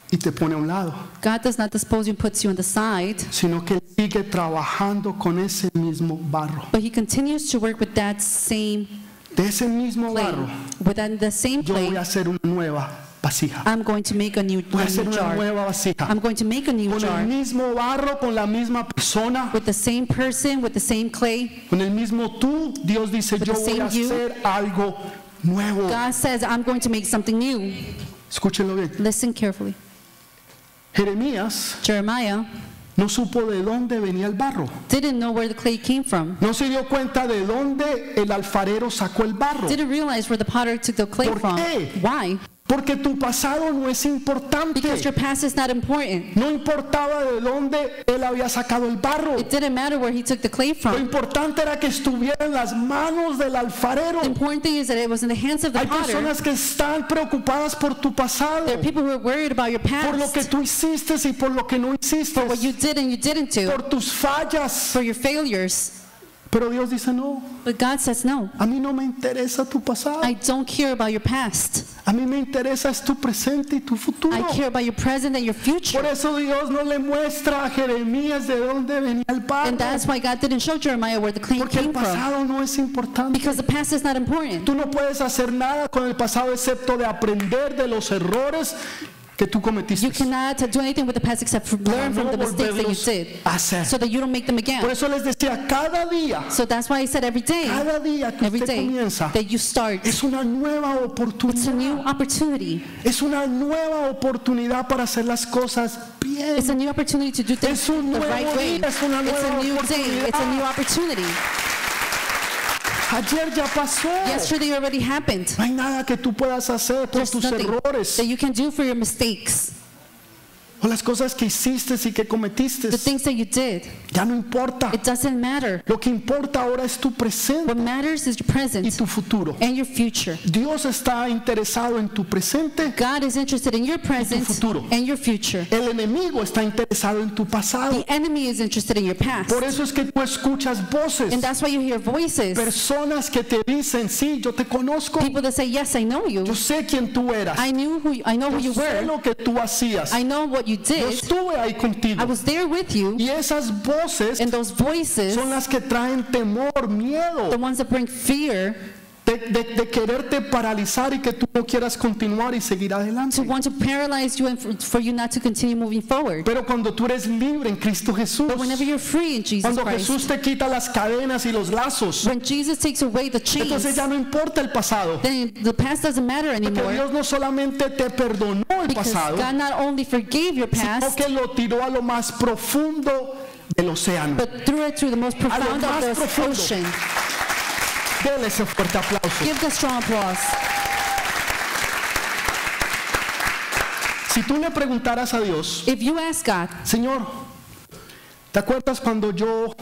B: y te pone a un lado,
A: God does not dispose you and puts you on the side,
B: sino que sigue trabajando con ese mismo barro.
A: but He continues to work with that same
B: De ese mismo
A: clay.
B: barro
A: Within the same
B: yo voy a
A: clay,
B: hacer una nueva vasija.
A: I'm going to make a new,
B: Voy a
A: a
B: hacer
A: new
B: una
A: jar.
B: nueva vasija.
A: I'm going to make a new
B: Con el
A: jar
B: mismo barro, con la misma persona,
A: with the same person, with the same clay.
B: con el mismo tú, Dios dice,
A: With
B: yo
A: the
B: voy
A: same
B: a
A: you.
B: hacer algo nuevo.
A: God says, I'm going to make something new.
B: Escúchenlo bien.
A: Listen carefully.
B: Jeremías
A: Jeremiah
B: no supo de dónde venía el barro.
A: didn't know where the clay came from,
B: No se dio cuenta de dónde el alfarero sacó el barro.
A: didn't realize where the potter took the clay
B: ¿Por
A: from.
B: qué?
A: Why?
B: Porque tu pasado no es
A: Because
B: importante.
A: your past is not important.
B: No importaba de dónde él había sacado el barro.
A: It didn't matter where he took the clay
B: Lo
A: from.
B: importante era que estuviera en las manos del alfarero.
A: The important thing is that it was in the hands of the
B: Hay
A: potter.
B: personas que están preocupadas por tu pasado,
A: There are people who are worried about your
B: por lo que
A: past,
B: tú hiciste y por lo que no hiciste,
A: what you did and you didn't do,
B: por tus fallas.
A: for your failures.
B: Pero Dios dice, no,
A: But God says, no,
B: a mí no me interesa tu pasado,
A: I don't care about your past.
B: a mí me interesa es tu presente y tu futuro.
A: I care about your present and your
B: Por
A: future.
B: eso Dios no le muestra a Jeremías de dónde venía el
A: And
B: barro,
A: that's why God didn't show Jeremiah where the clay
B: porque el
A: came from.
B: pasado no es importante.
A: Because the past is not important.
B: Tú no puedes hacer nada con el pasado excepto de aprender de los errores que que tú
A: You
B: cometiste.
A: cannot do anything with the past except for
B: Para
A: learn
B: no
A: from the mistakes that you
B: volverlos
A: did
B: a hacer.
A: so that you don't make them
B: Por
A: again.
B: eso les decía, cada día,
A: So that's why I said every day,
B: cada día que
A: every
B: usted
A: day
B: comienza,
A: that you start,
B: es una nueva
A: it's a new
B: oportunidad.
A: opportunity.
B: Es una nueva oportunidad para hacer las cosas bien.
A: It's a new opportunity to do things
B: Es un
A: the
B: nuevo
A: right way.
B: día, es una
A: it's a
B: nueva
A: new day. It's a new
B: oportunidad. Oh.
A: opportunity.
B: Ayer ya pasó.
A: Yesterday already happened.
B: No hay nada que tú puedas hacer por
A: There's
B: tus
A: nothing
B: errores
A: that you can do for your mistakes,
B: o las cosas que hiciste y que cometiste.
A: the things that you did.
B: Ya no importa.
A: It doesn't matter.
B: Lo que importa ahora es tu presente
A: What matters is your
B: y
A: present
B: tu futuro.
A: and your future.
B: Dios está interesado en tu presente.
A: God is interested in your present
B: futuro.
A: and your future.
B: El enemigo está interesado en tu pasado.
A: The enemy is interested in your past.
B: Por eso es que tú escuchas voces,
A: And that's why you hear voices.
B: personas que te dicen, sí, yo te conozco,
A: People that say, "Yes, I know you.
B: yo sé quién tú eras,
A: I knew who you, I know who you
B: yo sé
A: were.
B: lo que tú hacías,
A: I know what you
B: yo
A: did.
B: estuve ahí
A: I
B: contigo.
A: was there with you."
B: Y esas voces
A: And those voices,
B: son las que traen temor, miedo
A: the ones that bring fear,
B: de, de- de quererte paralizar y que tú no quieras continuar y seguir
A: to
B: adelante.
A: want to paralyze you and for, for you not to continue moving forward.
B: Pero cuando tú eres libre en Cristo Jesús,
A: But whenever you're free in Jesus
B: cuando
A: Christ,
B: Jesús te quita las cadenas y los lazos,
A: when Jesus takes away the
B: entonces
A: chains,
B: ya no importa el pasado.
A: then the past doesn't matter
B: Porque
A: anymore.
B: Dios no solamente te perdonó el
A: Because
B: pasado,
A: God not only forgave your
B: sino
A: past,
B: que lo tiró a lo más profundo del océano.
A: but threw it through the most profound
B: más
A: of the
B: profundo.
A: ocean.
B: Dele ese fuerte aplauso.
A: Give the strong applause.
B: Si tú le preguntaras a Dios,
A: If you ask God,
B: Señor, ¿te acuerdas cuando yo,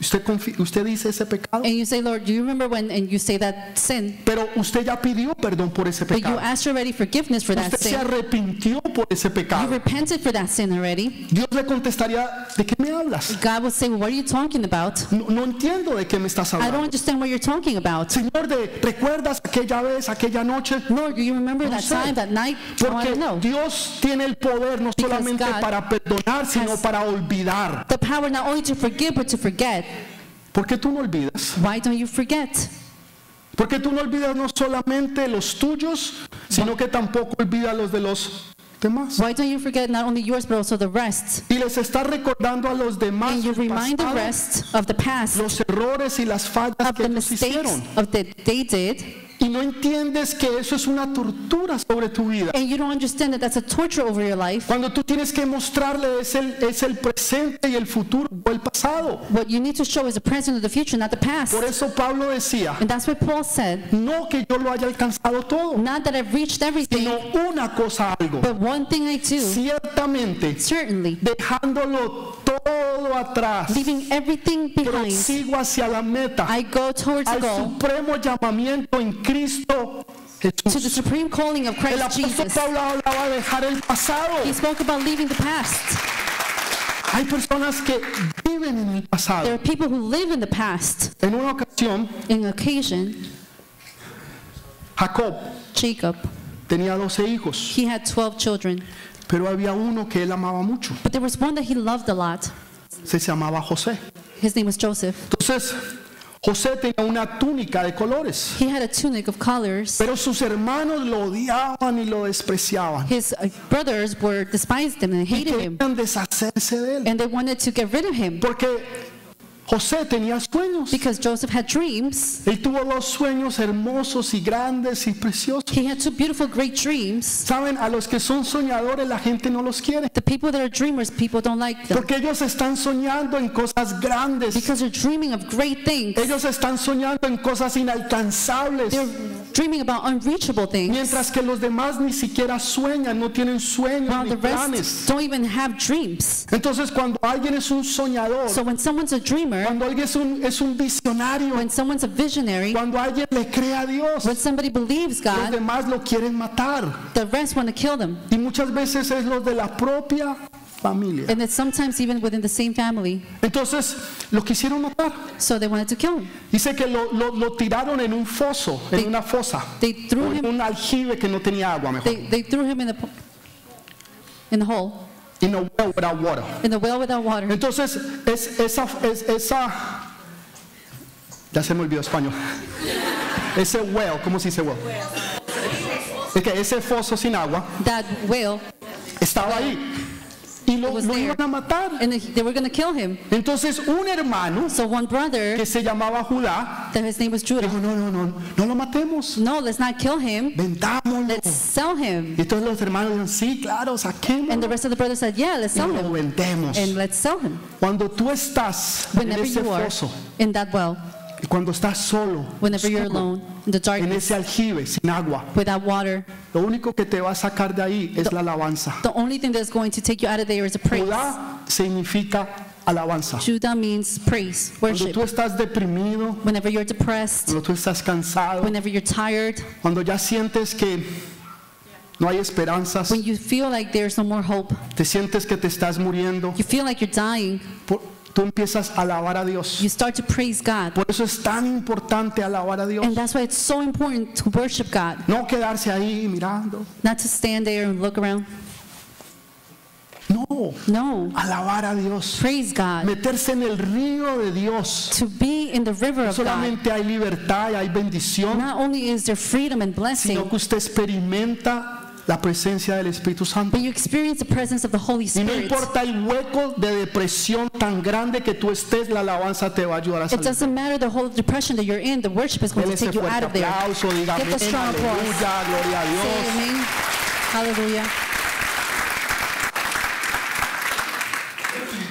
B: usted, confi- usted dice ese pecado?
A: and you say, Lord, do you remember when, and you say that sin,
B: Pero usted ya pidió perdón por ese
A: but you
B: pecado.
A: asked already forgiveness for that
B: Usted se
A: sin.
B: arrepintió por ese
A: You
B: pecado.
A: repented for that sin already.
B: Dios le contestaría, ¿de qué me hablas?
A: God would say, What are you talking about?
B: No, no entiendo de qué me estás
A: I don't
B: hablando.
A: understand what you're talking about.
B: Señor, de, ¿recuerdas aquella vez, aquella noche?
A: Lord, do you remember that
B: sé.
A: time, that night? No, I
B: Porque
A: don't know.
B: Dios tiene el poder no
A: Because
B: solamente
A: God
B: para perdonar, sino
A: has-
B: para olvidar.
A: The power not only to forgive, but to forget.
B: ¿Por qué tú no olvidas?
A: Why don't you forget?
B: ¿Por qué tú no olvidas no solamente los tuyos, sino que tampoco olvidas los de los demás?
A: Why don't you forget not only yours, but also the rest?
B: Y les estás recordando a los demás
A: And you
B: el
A: remind the
B: pasado,
A: rest of the past,
B: los errores y las fallas
A: of
B: que
A: the
B: ellos
A: mistakes
B: hicieron.
A: of that they did,
B: Y no entiendes que eso es una tortura sobre tu vida.
A: and you don't understand that that's a torture over your life.
B: Cuando tú tienes que mostrarle es el, es el presente y el futuro o el pasado.
A: What you need to show is the present and the future, not the past.
B: Por eso Pablo decía,
A: And that's what Paul said.
B: no que yo lo haya alcanzado todo,
A: Not that I've reached
B: sino
A: everything,
B: una cosa algo.
A: but one thing I do,
B: Ciertamente,
A: certainly,
B: dejándolo todo atrás,
A: leaving everything behind.
B: prosigo hacia la meta,
A: I go towards the
B: al
A: goal
B: supremo llamamiento en Cristo
A: to the
B: Jesús.
A: supreme calling of
B: El
A: Christ
B: apóstol
A: Jesus.
B: Pablo hablaba de dejar el pasado.
A: He spoke about leaving the past.
B: Hay personas que viven en el
A: There are
B: pasado.
A: people who live in the past.
B: En una ocasión,
A: In occasion,
B: Jacob
A: Jacob,
B: tenía 12 hijos,
A: he had 12 children,
B: pero había uno que él amaba mucho.
A: but there was one that he loved a lot.
B: Se llamaba José.
A: His name was Joseph.
B: Entonces, José tenía una túnica de colores.
A: He had a tunic of colors.
B: Pero sus hermanos lo odiaban y lo despreciaban.
A: His uh, brothers were despised him and
B: Y
A: hated him,
B: querían deshacerse de él.
A: and they wanted to get rid of him
B: Porque José tenía sueños.
A: because Joseph had dreams.
B: Él tuvo dos sueños hermosos y grandes y preciosos.
A: He had two beautiful, great dreams.
B: Saben, a los que son soñadores la gente no los quiere.
A: The people that are dreamers, people don't like them
B: Porque ellos están soñando en cosas grandes.
A: because they're dreaming of great things.
B: Ellos están soñando en cosas inalcanzables.
A: They're dreaming about unreachable things,
B: Mientras que los demás ni siquiera sueñan, no tienen sueños
A: while
B: ni
A: the rest
B: planes.
A: don't even have dreams.
B: Entonces cuando alguien es un soñador,
A: So when someone's a dreamer,
B: cuando alguien es un, es un visionario,
A: when someone's a visionary,
B: Cuando alguien le cree a Dios,
A: when somebody believes
B: los
A: God,
B: demás lo quieren matar.
A: the rest want to kill them.
B: Y muchas veces es los de la propia familia.
A: And it's sometimes even within the same family.
B: Entonces, lo quisieron matar.
A: So they wanted to kill him.
B: Dice que lo, lo- lo tiraron en un foso, en
A: Sí.
B: una fosa.
A: They
B: o
A: threw
B: en
A: him
B: un aljibe que no tenía agua, mejor.
A: they, they threw him in the po- in the hole,
B: In a well without water.
A: in the well without water.
B: Entonces, es, esa, es- esa... Ya se me olvidó español. Ese well, ¿cómo se dice well? Es que ese foso sin agua
A: That whale
B: Estaba ahí. Y lo,
A: Was
B: lo
A: there.
B: iban a matar.
A: and they were going to kill him.
B: Entonces un hermano
A: So one brother,
B: que se llamaba Judá
A: that his name was
B: dijo,
A: Judah,
B: no, no, no, no lo matemos.
A: no, let's not kill him.
B: Vendámoslo.
A: Let's sell him.
B: Y todos los hermanos dijeron, sí, claro,
A: And the
B: saquémoslo.
A: rest of the brothers said, yeah, let's
B: Y
A: sell
B: lo
A: him.
B: vendemos.
A: And let's sell him.
B: Cuando tú estás en
A: Whenever
B: ese
A: you are
B: foso,
A: in that well,
B: y cuando estás solo,
A: whenever you're
B: oscuro,
A: alone, in the
B: en
A: darkness,
B: ese aljibe sin agua,
A: without water,
B: lo único que te va a sacar de ahí es la alabanza.
A: the only thing that's going to take you out of there is a praise.
B: Judá significa alabanza.
A: Judah means praise,
B: Cuando
A: worship.
B: tú estás deprimido,
A: Whenever you're depressed,
B: cuando tú estás cansado,
A: whenever you're tired,
B: cuando ya sientes que no hay esperanzas,
A: when you feel like there's no more hope,
B: te sientes que te estás muriendo,
A: you feel like you're dying,
B: por- tú empiezas a alabar a Dios.
A: you start to praise God.
B: Por eso es tan importante alabar a Dios.
A: And that's why it's so important to worship God,
B: No quedarse ahí mirando.
A: not to stand there and look around.
B: No,
A: No,
B: alabar a Dios.
A: praise God.
B: Meterse en el río de Dios.
A: To be in the river
B: No
A: of God,
B: solamente hay libertad y hay bendición,
A: not only is there freedom and
B: sino
A: blessing,
B: que usted experimenta la presencia del Espíritu Santo.
A: but you experience the presence of the Holy
B: Y no
A: Spirit.
B: importa el hueco de depresión tan grande que tú estés, la alabanza te va a ayudar a
A: It
B: salir.
A: doesn't matter the whole depression that you're in, the worship is going
B: Dele
A: to
B: ese
A: take you out
B: fuerte
A: of there.
B: aplauso, diga
A: Give a
B: amén,
A: strong applause.
B: aleluya, gloria a
A: Say
B: Dios.
A: amen. Hallelujah.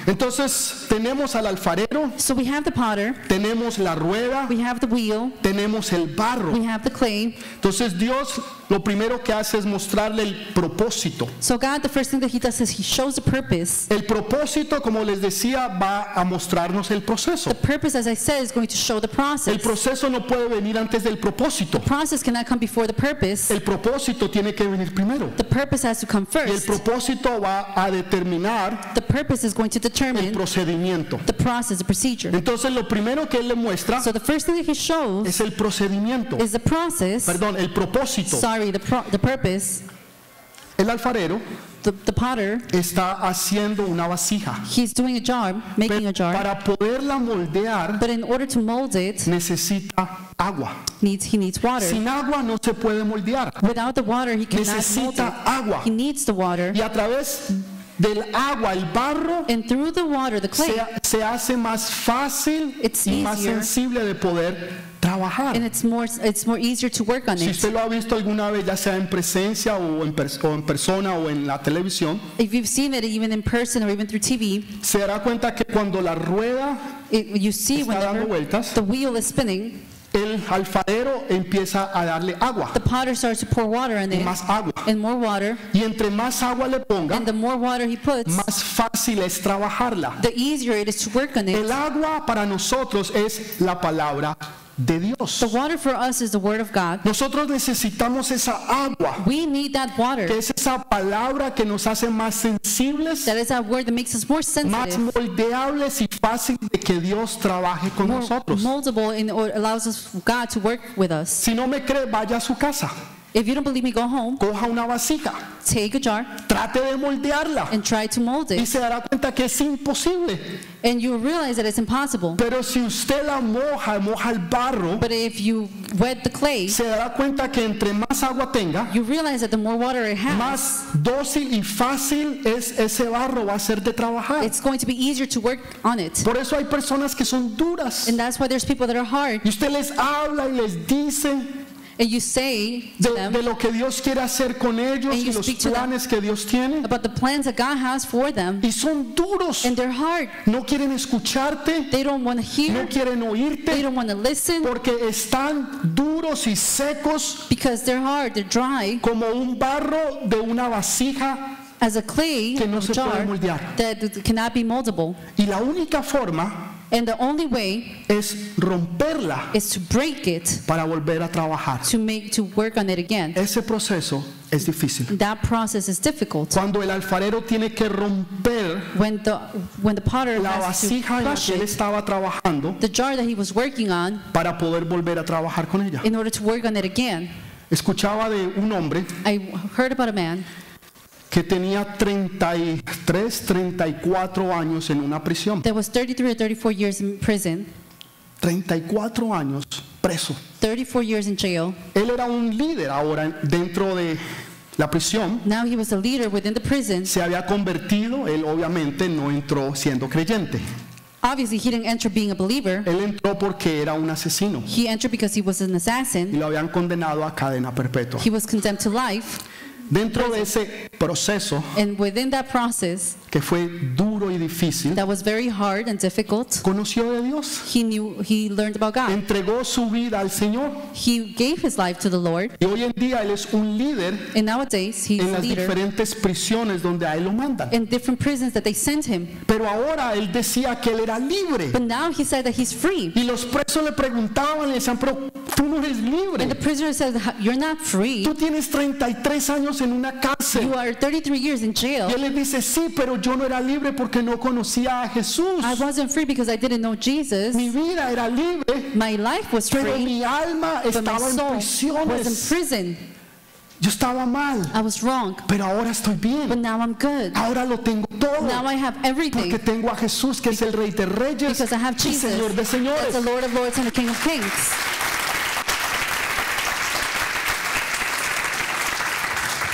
B: Entonces tenemos al alfarero,
A: So we have the potter,
B: tenemos la rueda,
A: we have the wheel,
B: tenemos el barro.
A: we have the clay.
B: Entonces Dios lo primero que hace es mostrarle el propósito.
A: So God, the first thing that He does is He shows the purpose.
B: El propósito, como les decía, va a mostrarnos el proceso.
A: The purpose, as I said, is going to show the
B: El
A: process. The
B: proceso no puede venir antes del propósito.
A: process cannot come before the purpose.
B: El propósito tiene que venir primero.
A: The purpose has to come
B: Y el
A: first.
B: propósito va a determinar
A: The purpose is going to
B: el
A: determine
B: procedimiento.
A: the process, the procedure.
B: Entonces lo primero que él le muestra
A: So the first thing that He shows
B: es el procedimiento,
A: is the process.
B: perdón, el propósito.
A: Sorry, the pro- the purpose.
B: El alfarero
A: The, the potter,
B: está haciendo una vasija.
A: he's doing a jar, making a
B: Pero
A: jar.
B: para poderla moldear
A: But in order to mold it,
B: necesita agua.
A: needs he needs water.
B: Sin agua no se puede moldear.
A: Without the water, he cannot mold
B: Necesita
A: it.
B: agua.
A: He needs the water,
B: Y a través del agua, el barro,
A: and through the water, the clay,
B: se, se hace más fácil
A: It's
B: y más
A: easier.
B: sensible de poder
A: and
B: trabajar.
A: it's more it's more easier to work on
B: Si
A: it.
B: usted lo ha visto alguna vez, ya sea en presencia o en, pers- o en persona o en la televisión,
A: If you've seen it even in person or even through TV,
B: se dará cuenta que cuando la rueda,
A: it, you see
B: Está dando
A: whenever
B: vueltas.
A: the wheel is spinning,
B: el alfarero empieza a darle agua
A: the potter starts to pour water on
B: y
A: it,
B: más agua.
A: and more water,
B: Y entre más agua le ponga,
A: and the more water he puts,
B: más fácil es trabajarla.
A: the easier it is to work on
B: El
A: it.
B: agua para nosotros es la palabra de Dios.
A: The water for us is the word of God.
B: Nosotros necesitamos esa agua,
A: We need that water.
B: que es esa palabra que nos hace más sensibles,
A: That is that word that makes us more
B: más
A: sensitive.
B: moldeables y fácil de que Dios trabaje con
A: more
B: nosotros.
A: moldable and or allows us God to work with us.
B: Si no me cree, vaya a su casa,
A: If you don't believe me, go home,
B: coja una vasija,
A: take a jar,
B: trate de moldearla
A: and try to mold
B: y
A: it.
B: se dará cuenta que es imposible.
A: And you'll realize that it's impossible.
B: Pero si usted la moja, moja el barro,
A: But if you wet the clay,
B: se dará cuenta que entre más agua tenga,
A: you realize that the more water it has,
B: más dócil y fácil es ese barro va a ser de trabajar.
A: it's going to be easier to work on it.
B: Por eso hay personas que son duras.
A: And that's why there's people that are hard.
B: Y usted les habla y les dice
A: And you say to
B: de, de
A: them
B: lo que Dios quiere hacer con ellos
A: And
B: y
A: you
B: los
A: speak to them.
B: planes que Dios tiene.
A: about the plans that God has for them.
B: Y son duros.
A: And they're hard.
B: No quieren escucharte,
A: They don't want to hear,
B: no quieren
A: they
B: oírte,
A: don't want to listen
B: porque están duros y secos
A: because they're hard, they're dry,
B: como un barro de una vasija.
A: as a clay
B: Que no se puede
A: jar
B: moldear.
A: that cannot be moldable.
B: Y la única forma
A: And the only way
B: es romperla
A: is to break it
B: para volver a trabajar.
A: to make to work on it again.
B: Ese proceso es difícil.
A: That process is difficult.
B: Cuando el alfarero tiene que romper
A: When the when the potter
B: la
A: has to
B: vasija en la
A: crush
B: que él
A: it,
B: estaba trabajando
A: the jar that he was working on
B: para poder volver a trabajar con ella.
A: in order to work on it again.
B: Escuchaba de un hombre
A: I heard about a man
B: que tenía 33, 34 años en una prisión.
A: that was 33 or 34 years in prison,
B: 34 años preso.
A: 34 years in jail.
B: Él era un líder ahora dentro de la prisión,
A: Now he was a leader within the prison.
B: se había convertido, él obviamente no entró siendo creyente.
A: Obviously, he didn't enter being a believer.
B: Él entró porque era un asesino
A: He entered because he was an
B: y
A: assassin.
B: lo habían condenado a cadena perpetua.
A: He was condemned to life.
B: Dentro de ese proceso,
A: And within that process,
B: que fue duro y difícil,
A: that was very hard and difficult,
B: conoció de Dios,
A: he knew, he learned about God.
B: entregó su vida al Señor
A: He gave his life to the Lord.
B: y hoy en día él es un líder
A: And nowadays, he's
B: en
A: a
B: las
A: leader
B: diferentes prisiones donde a él lo mandan.
A: in different prisons that they sent him.
B: Pero ahora él decía que él era libre
A: But now he said that he's free.
B: y los presos le preguntaban, le decían, pero tú no eres
A: And the
B: libre,
A: prisoner said, "H- You're not free.
B: tú tienes 33 años en una cárcel.
A: You are 33 years in
B: Y
A: jail.
B: él les dice, sí, pero yo no era libre porque no conocía a Jesús.
A: I wasn't free because I didn't know Jesus.
B: Mi vida era libre,
A: My life was
B: pero
A: free,
B: mi alma
A: but my
B: estaba en
A: soul was
B: prisiones.
A: in prison.
B: Yo estaba mal,
A: I was wrong,
B: pero ahora estoy
A: but
B: bien.
A: now I'm good.
B: Ahora lo tengo
A: Now
B: todo.
A: I have
B: Porque
A: everything
B: tengo a Jesús, que es el Rey de Reyes
A: because I have
B: y
A: Jesus.
B: Señor de
A: That's
B: Señores.
A: the Lord of Lords and the King of Kings.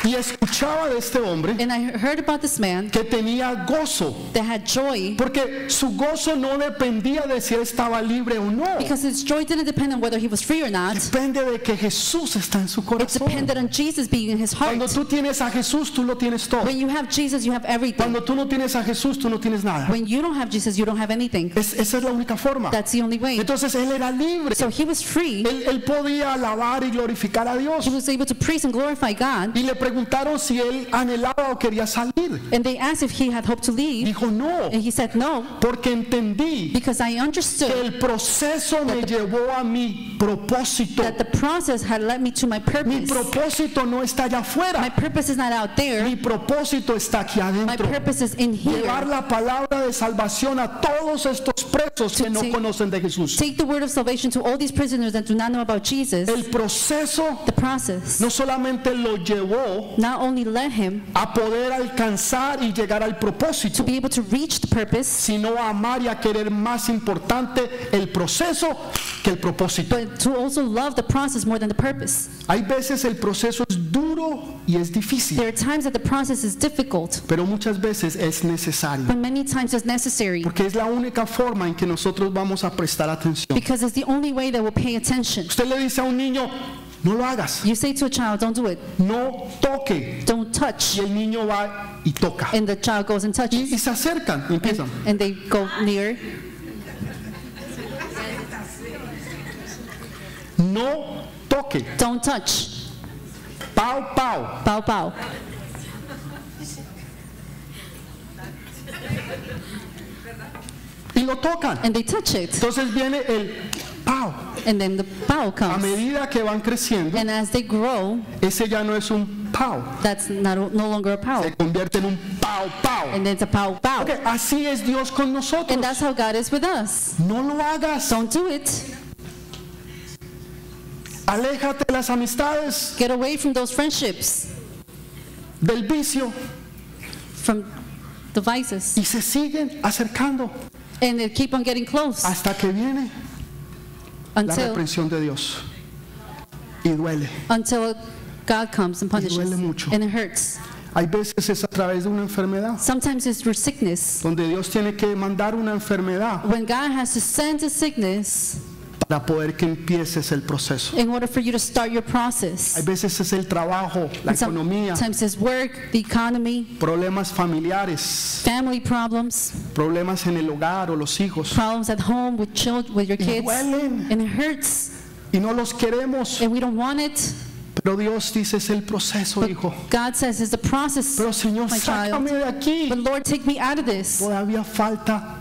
B: Y escuchaba de este hombre
A: And I heard about this man
B: que tenía gozo,
A: that had joy
B: porque su gozo no dependía de si él estaba libre o no.
A: because his joy didn't depend on whether he was free or not.
B: Depende de que Jesús está en su
A: It
B: corazón.
A: depended on Jesus being in his
B: Cuando
A: heart.
B: tú tienes a Jesús, tú lo tienes todo.
A: When you have Jesus, you have everything.
B: Cuando tú no tienes a Jesús, tú no tienes nada.
A: When you don't have Jesus, you don't have anything.
B: Es- esa es la única forma.
A: That's the only way.
B: Entonces él era libre.
A: So he was free.
B: Él, él podía alabar y glorificar a
A: He
B: Dios.
A: was able to praise and glorify God.
B: Y le preguntaron si él anhelaba o quería salir.
A: And they asked if he had hope to leave.
B: Dijo no,
A: And he said, No,
B: porque entendí
A: because I
B: que
A: understood
B: el proceso me llevó a mi propósito.
A: that the process had led me to my
B: Mi
A: purpose.
B: propósito no está allá
A: My
B: afuera.
A: purpose is not out there.
B: Mi propósito está aquí
A: My
B: adentro.
A: purpose is in
B: Llevar
A: here.
B: la palabra de salvación a todos estos presos que no conocen de Jesús.
A: Take the word of salvation to all these prisoners that do not know about Jesus.
B: El proceso
A: The process
B: no solamente lo llevó
A: not only led him
B: a poder alcanzar y llegar al
A: to
B: propósito,
A: be able to reach the purpose,
B: sino a amar y a querer más importante el proceso que el propósito.
A: but to also love the process more than the purpose.
B: Hay veces el proceso es duro y es difícil,
A: There are times that the process is difficult,
B: pero muchas veces es necesario,
A: but many times it's necessary
B: porque es la única forma en que nosotros vamos a prestar atención.
A: because it's the only way that we'll pay attention.
B: Usted le dice a un niño, no lo hagas,
A: You say to a child, don't do it,
B: no toque,
A: don't touch,
B: y el niño va y toca.
A: and the child goes and
B: Y,
A: touches.
B: y se acercan y empiezan.
A: and they go near.
B: No toque,
A: Don't touch.
B: pau, pau.
A: Bow bow.
B: Y lo tocan.
A: And they touch it.
B: Entonces viene el pau.
A: And then the bow
B: A
A: comes.
B: medida que van creciendo,
A: And as they grow,
B: ese ya no es un pau,
A: that's not, no longer a pow.
B: se convierte en un pau pau.
A: And it's a pow bow.
B: Porque así es Dios con nosotros.
A: And that's how God is with us.
B: No lo hagas.
A: Don't do it.
B: Aléjate de las amistades,
A: Get away from those friendships,
B: del vicio
A: from the vices.
B: y se siguen acercando
A: And they keep on getting close
B: hasta que viene la
A: until,
B: reprensión de Dios. Y duele.
A: until God comes and punishes.
B: duele mucho.
A: And it hurts.
B: Hay veces es a través de una enfermedad,
A: Sometimes it's through sickness.
B: donde Dios tiene que mandar una enfermedad
A: When God has to send a sickness
B: para poder que empieces el proceso.
A: in order for you to start your process.
B: Hay veces es el trabajo, la
A: And some-
B: economía,
A: Sometimes it's work, the economy,
B: problemas familiares,
A: family problems,
B: problemas en el hogar o los hijos
A: problems at home with children, with your kids,
B: duelen.
A: and it hurts,
B: y no los queremos.
A: and we don't want it.
B: Pero Dios dice es el proceso, hijo.
A: God says it's a process.
B: Pero Señor,
A: my child.
B: sácame de aquí.
A: But Lord, take me out of this.
B: Todavía falta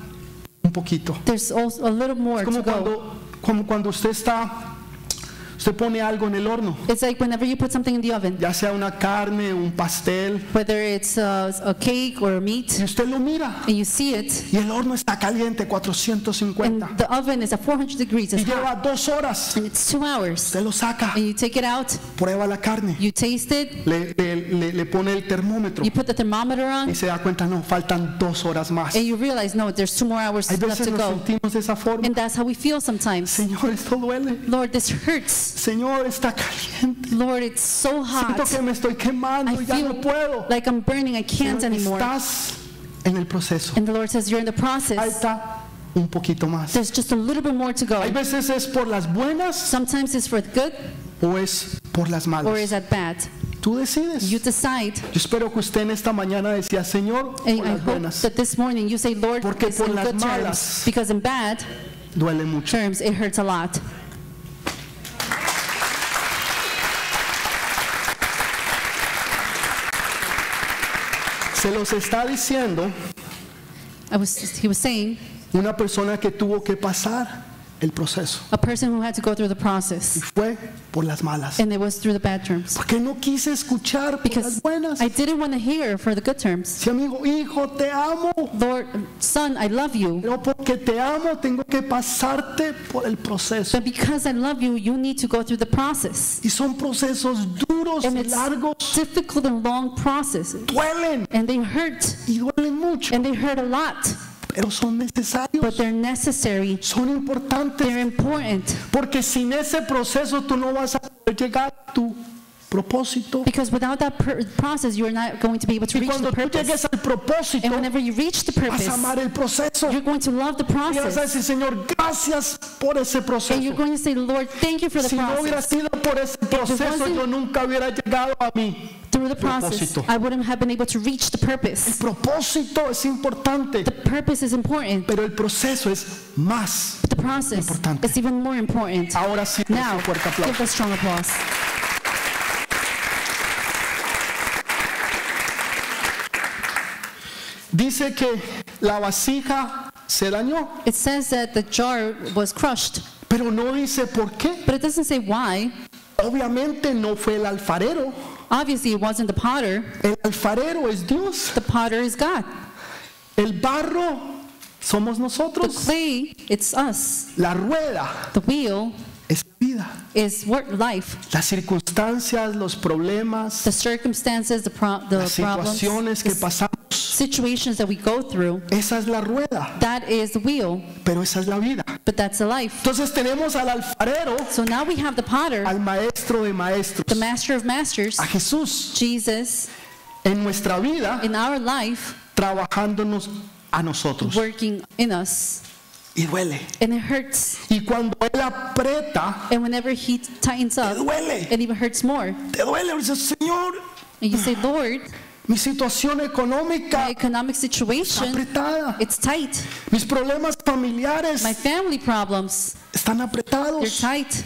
B: un poquito.
A: There's also a little more to
B: Como
A: go.
B: cuando, como cuando usted está, usted pone algo en el horno,
A: It's like whenever you put something in the oven,
B: ya sea una carne, un pastel,
A: whether it's a, a cake or a
B: y
A: meat,
B: usted lo mira
A: and you see it,
B: y el horno está caliente,
A: and
B: 450,
A: the oven is at 400 degrees,
B: y
A: it's hot,
B: lleva dos horas.
A: and it's two hours,
B: Usted lo saca,
A: and you take it out,
B: prueba la carne,
A: you taste it,
B: le, le- le- le pone el termómetro
A: you put the thermometer on,
B: y se da cuenta, no, faltan dos horas más.
A: And you realize, no, there's two more hours
B: Hay
A: left
B: veces
A: to
B: nos
A: go.
B: sentimos de esa forma.
A: And that's how we feel sometimes.
B: Señor, esto duele.
A: Lord, this hurts.
B: Señor, está caliente.
A: Lord, it's so
B: Siento
A: hot.
B: que me estoy quemando
A: I
B: y ya no
A: feel
B: puedo.
A: like I'm burning. I can't anymore.
B: Estás en el proceso.
A: And the Lord says, You're in the process.
B: Falta un poquito más.
A: There's just a little bit more to
B: Hay
A: go.
B: veces es por las buenas
A: Sometimes it's for the good
B: o es por las
A: or is
B: malas.
A: that bad?
B: Tú decides.
A: You
B: Yo
A: decide.
B: espero que usted en esta mañana decía, Señor, por
A: And I
B: las
A: hope
B: buenas
A: that this morning you say, Lord,
B: Porque
A: it's
B: por
A: in
B: las
A: good terms.
B: malas-
A: Because in bad
B: duele mucho.
A: terms, it hurts a lot.
B: Se los está diciendo
A: I was, he was saying,
B: una persona que tuvo que pasar el proceso.
A: a person who had to go through the
B: Y
A: process,
B: fue por las malas.
A: and it was through the bad terms.
B: Porque no quise escuchar por las
A: Because
B: buenas.
A: I didn't want to hear for the good terms.
B: Si amigo, hijo, te amo.
A: Lord, son, I love you.
B: Pero porque te amo tengo que pasarte por el proceso.
A: But because I love you, you need to go through the process.
B: Y son procesos duros
A: And
B: y
A: it's
B: largos.
A: difficult and long processes.
B: Duelen
A: And they hurt.
B: y duelen mucho,
A: And they hurt a lot.
B: pero son
A: But
B: necesarios.
A: they're necessary.
B: Son importantes
A: They're important.
B: porque sin ese proceso tú no vas a poder llegar a tu propósito.
A: Because without that pr- process, you're not going to be able to
B: Y
A: reach
B: cuando
A: the
B: tú
A: purpose.
B: llegues al propósito,
A: And whenever you reach the
B: vas a
A: purpose,
B: amar el proceso.
A: you're going to love the
B: Y vas a
A: process.
B: decir, Señor, gracias por ese
A: And you're
B: proceso.
A: going to say, Lord, thank you for the
B: Si no hubiera
A: process.
B: sido por ese proceso,
A: wasn't-
B: yo nunca hubiera llegado a mí.
A: Through the process,
B: propósito.
A: I wouldn't have been able to reach the
B: El
A: purpose.
B: propósito es importante,
A: The purpose is important,
B: pero el proceso es más.
A: but the process
B: Importante.
A: is even more important.
B: Ahora sí, dense
A: Now,
B: un fuerte
A: give
B: aplauso.
A: a strong applause.
B: Dice que la vasija se dañó,
A: It says that the jar was crushed,
B: pero no dice por qué.
A: but it doesn't say why.
B: Obviamente no fue el alfarero.
A: Obviously, it wasn't the potter.
B: El alfarero es Dios.
A: The potter is God.
B: El barro somos
A: The
B: nosotros.
A: clay, it's us.
B: La rueda
A: The wheel
B: es vida.
A: is what life.
B: Las circunstancias, los problemas,
A: The circumstances, the, pro- the
B: las
A: problems,
B: situaciones que
A: the
B: pasamos.
A: situations that we go through,
B: Esa es la rueda,
A: that is the wheel,
B: pero esa es la vida.
A: but that's the life.
B: Entonces tenemos al alfarero,
A: So now we have the potter,
B: al maestro de maestros,
A: the master of masters,
B: a Jesús
A: Jesus,
B: en nuestra vida,
A: in our life,
B: trabajándonos a nosotros.
A: working in us.
B: Y duele.
A: And it hurts.
B: Y cuando él aprieta,
A: And whenever he tightens
B: te
A: up,
B: duele,
A: it even hurts more.
B: te duele. Dice, Señor,
A: And you say, Lord,
B: mi situación
A: my
B: económica
A: economic
B: está
A: situation,
B: apretada.
A: it's tight.
B: Mis problemas familiares
A: My family problems,
B: están
A: they're
B: apretados.
A: tight.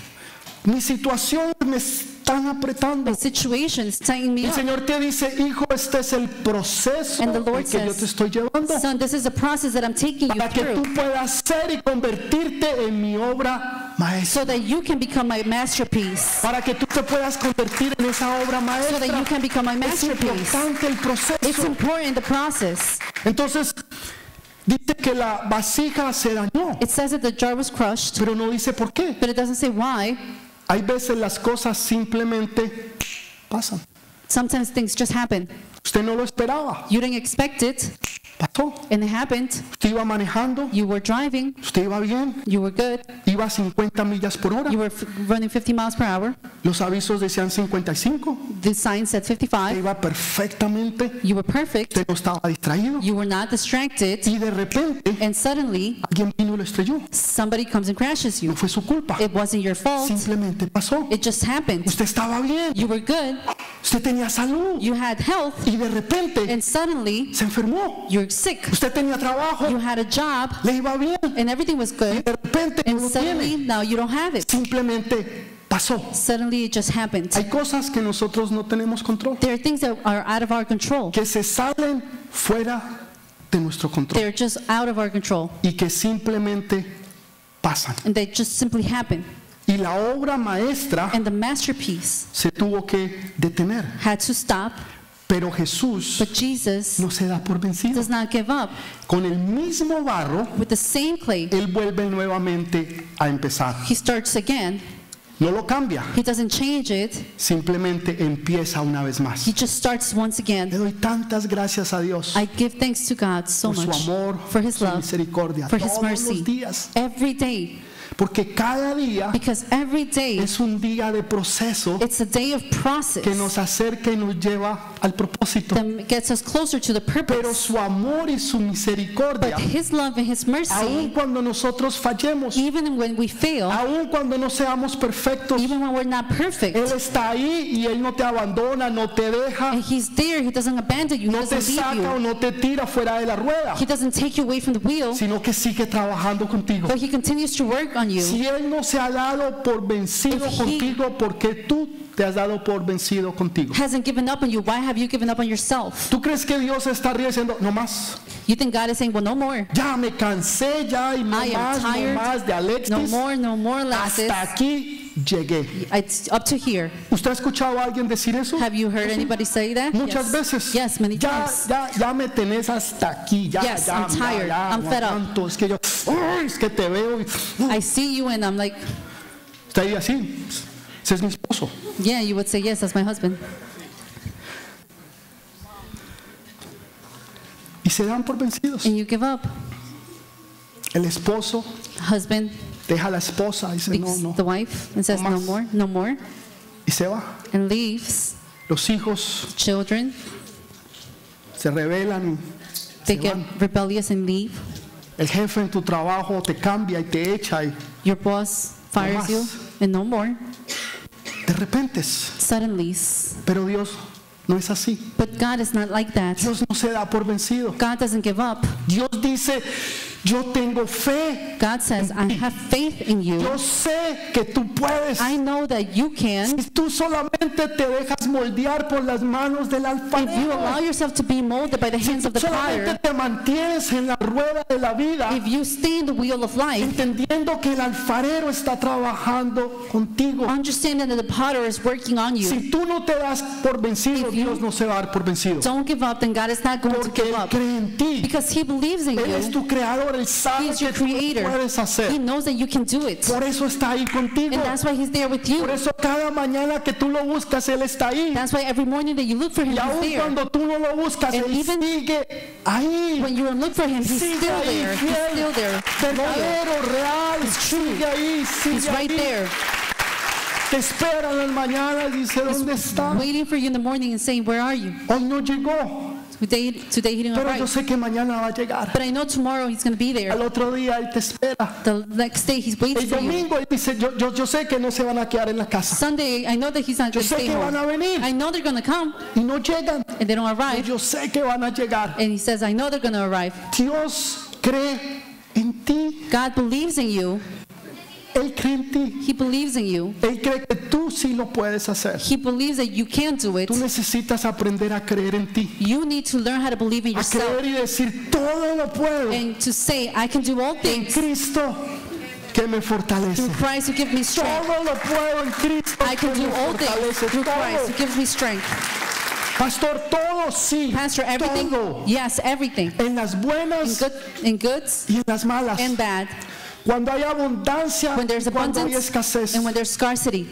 B: Mi situación me están apretando.
A: My situation is tightening me
B: El
A: up.
B: Señor te dice, hijo, este es el proceso
A: And the Lord
B: al que yo
A: says,
B: te estoy llevando
A: Son, this is a process that I'm taking you
B: para que
A: through.
B: tú puedas ser y convertirte en mi obra maestra.
A: so that you can become my masterpiece.
B: Para que tú te puedas convertir en esa obra
A: So that you
B: maestra.
A: can become my
B: Es
A: masterpiece.
B: importante el
A: It's
B: proceso.
A: important the process.
B: Entonces, dice que la vasija se dañó,
A: It says that the jar was crushed,
B: pero no dice por qué.
A: but it doesn't say why.
B: Hay veces las cosas simplemente pasan.
A: Sometimes things just happen.
B: Usted no lo esperaba,
A: You didn't expect it,
B: pasó.
A: and it happened.
B: Usted iba manejando,
A: You were driving,
B: usted iba bien,
A: you were good,
B: iba a 50 millas por hora.
A: you were f- running 50 miles per hour.
B: Los avisos decían 55.
A: The sign said
B: Te
A: 55.
B: iba perfectamente.
A: You were perfect,
B: Usted no estaba distraído.
A: you were not distracted,
B: Y de repente
A: and suddenly
B: alguien vino y lo estrelló.
A: somebody comes and crashes
B: No
A: you.
B: fue su culpa.
A: It wasn't your fault,
B: Simplemente pasó.
A: it just happened.
B: Usted estaba bien.
A: You were good,
B: Usted tenía salud.
A: you had health,
B: Y de repente
A: and suddenly
B: se enfermó.
A: you're sick.
B: Usted tenía trabajo.
A: you had a job
B: Le iba bien.
A: and everything was
B: Y
A: good
B: de repente no
A: and
B: lo tiene.
A: suddenly now you don't have it
B: Simplemente pasó.
A: suddenly it just happened
B: Hay cosas que nosotros no tenemos control.
A: there are things that are out of our control
B: Que se salen fuera de nuestro control.
A: they're just out of our control
B: Y que simplemente pasan.
A: and they just simply happen
B: Y la obra maestra
A: and the masterpiece
B: se tuvo que detener.
A: had to stop
B: Pero Jesús
A: but jesus
B: no se da por vencido.
A: does not give up
B: Con el mismo barro,
A: with the same clay
B: Él vuelve nuevamente a empezar.
A: he starts again
B: No lo cambia,
A: he doesn't change it
B: simplemente empieza una vez
A: he
B: más.
A: just starts once
B: Le
A: again
B: doy tantas gracias a Dios
A: i give thanks to god so
B: por su
A: much
B: amor,
A: for his
B: su
A: love
B: misericordia,
A: for his
B: todos
A: mercy
B: los días.
A: every day
B: Porque cada día
A: Because every day,
B: es un día de proceso
A: it's a day of
B: que
A: process
B: nos acerca y nos lleva al propósito.
A: that gets us closer to the
B: Pero
A: purpose.
B: su amor y su misericordia,
A: But His love and His
B: aun
A: mercy,
B: cuando nosotros fallemos,
A: even when we fail,
B: aun cuando no seamos perfectos,
A: even when we're not
B: Él
A: perfect,
B: está ahí y Él no te abandona, no te deja,
A: and He's there, He doesn't abandon you, He
B: no te
A: doesn't leave
B: saca o
A: you,
B: no te tira fuera de la rueda,
A: He doesn't take you away from the wheel,
B: sino que sigue trabajando contigo.
A: but He continues to work on you.
B: Si Él no se ha dado por vencido
A: If he-
B: contigo, ¿por qué tú te has dado por vencido contigo?
A: Hasn't given up on you. Why have you given up on yourself?
B: ¿Tú crees que Dios está arriba diciendo, no más?
A: You think God is saying, well, no more.
B: Ya me cansé, ya y no
A: I am
B: más, no
A: tired.
B: más de Alexis.
A: No more, no more, Alexis.
B: Hasta aquí llegué.
A: It's up to here.
B: ¿Usted ha escuchado a alguien decir eso?
A: Have you heard anybody say that? yes.
B: Muchas veces.
A: Yes, many
B: ya,
A: times.
B: ya, ya me tenés hasta aquí. Ya,
A: Yes,
B: ya,
A: I'm tired.
B: ya, ya,
A: I'm
B: no
A: fed up.
B: aguanto, Es que yo, "Ay, es que te veo. y-
A: I see you and I'm like,
B: Está ahí así. Ese es mi esposo.
A: yeah, you would say, yes, that's my husband.
B: Y se dan por vencidos.
A: And you give up.
B: El esposo
A: Husband
B: deja a la esposa y dice, no,
A: picks
B: no.
A: the wife and says, no
B: más.
A: more, no more,
B: Y se va.
A: and leaves.
B: Los hijos
A: Children,
B: se rebelan.
A: they
B: Se
A: get rebellious and leave.
B: El jefe en tu trabajo te cambia y te echa. Y
A: Your boss fires
B: más.
A: you, and no more.
B: de repente. es-
A: Suddenly.
B: Pero Dios no es así.
A: But God is not like that.
B: Dios no se da por vencido.
A: God doesn't give up.
B: Dios dice, yo tengo fe.
A: God says, I have faith in you.
B: Yo sé que tú puedes.
A: I know that you can.
B: Si tú solamente te dejas moldear por las manos del
A: If you allow
B: alfarero,
A: yourself to be molded by the hands of the
B: solamente
A: potter,
B: te mantienes en la rueda de la vida,
A: if you stay in the wheel of life,
B: entendiendo que el alfarero está trabajando contigo.
A: understanding that the potter is working on you,
B: Si tú no te das por vencido,
A: If you-
B: Dios no se va a dar por vencido,
A: don't give up, then God is not going to
B: porque
A: give
B: él
A: up.
B: cree en ti.
A: Because He believes in
B: Él es
A: you,
B: tu creador, él
A: He
B: sabe
A: is
B: que
A: your
B: tú lo
A: creator.
B: puedes hacer.
A: He knows that you can do it.
B: Por eso está ahí contigo.
A: And that's why He's there with
B: Por
A: you.
B: eso cada mañana que tú lo buscas, él está ahí.
A: That's why every morning that you look for Him,
B: Y aun
A: He's there.
B: cuando tú no lo buscas,
A: And
B: Él
A: even-
B: sigue ahí.
A: When you don't look for Him, He's
B: Sigue
A: still
B: ahí,
A: there. He's
B: fiel,
A: still there. Loyal.
B: verdadero, real, sigue ahí, sigue
A: He's right
B: ahí.
A: there,
B: Te espera en las mañanas, dice, ¿dónde está?
A: waiting for you in the morning and saying, "Where are you?"
B: Hoy no llegó,
A: Today, today He didn't
B: pero yo
A: arrive.
B: sé que mañana va a llegar.
A: But I know tomorrow He's going to be
B: Al
A: there.
B: otro día Él te espera.
A: The next day He's waiting
B: El
A: for you.
B: domingo Él dice, yo, yo, yo sé que no se van a quedar en la casa.
A: Sunday, I know that he's not
B: Yo
A: going to
B: sé
A: stay
B: que van
A: home.
B: a venir
A: I know they're going to come
B: y no llegan.
A: and they don't arrive.
B: Yo sé que van a llegar.
A: And he says, I know they're going to arrive.
B: Dios cree en ti.
A: God believes in you.
B: Él cree en ti.
A: He believes in you.
B: Él cree que tú sí lo puedes hacer.
A: He believes that you can do it.
B: Tú necesitas aprender a creer en ti.
A: You need to learn how to believe in
B: a
A: yourself
B: creer y decir todo lo puedo en
A: and to say, I can do all things
B: Cristo que me fortalece.
A: through Christ who gives me strength.
B: Todo lo puedo en Cristo
A: I
B: que
A: can
B: me
A: do all things
B: fortalece.
A: through Christ who
B: Todo.
A: gives me strength.
B: Pastor, todo sí.
A: Pastor, everything?
B: Todo.
A: Yes, everything.
B: En las
A: In,
B: buenas
A: good, in goods
B: y en las malas.
A: and bad.
B: Cuando hay abundancia,
A: When there's
B: y cuando hay
A: abundance
B: escasez.
A: and when there's scarcity.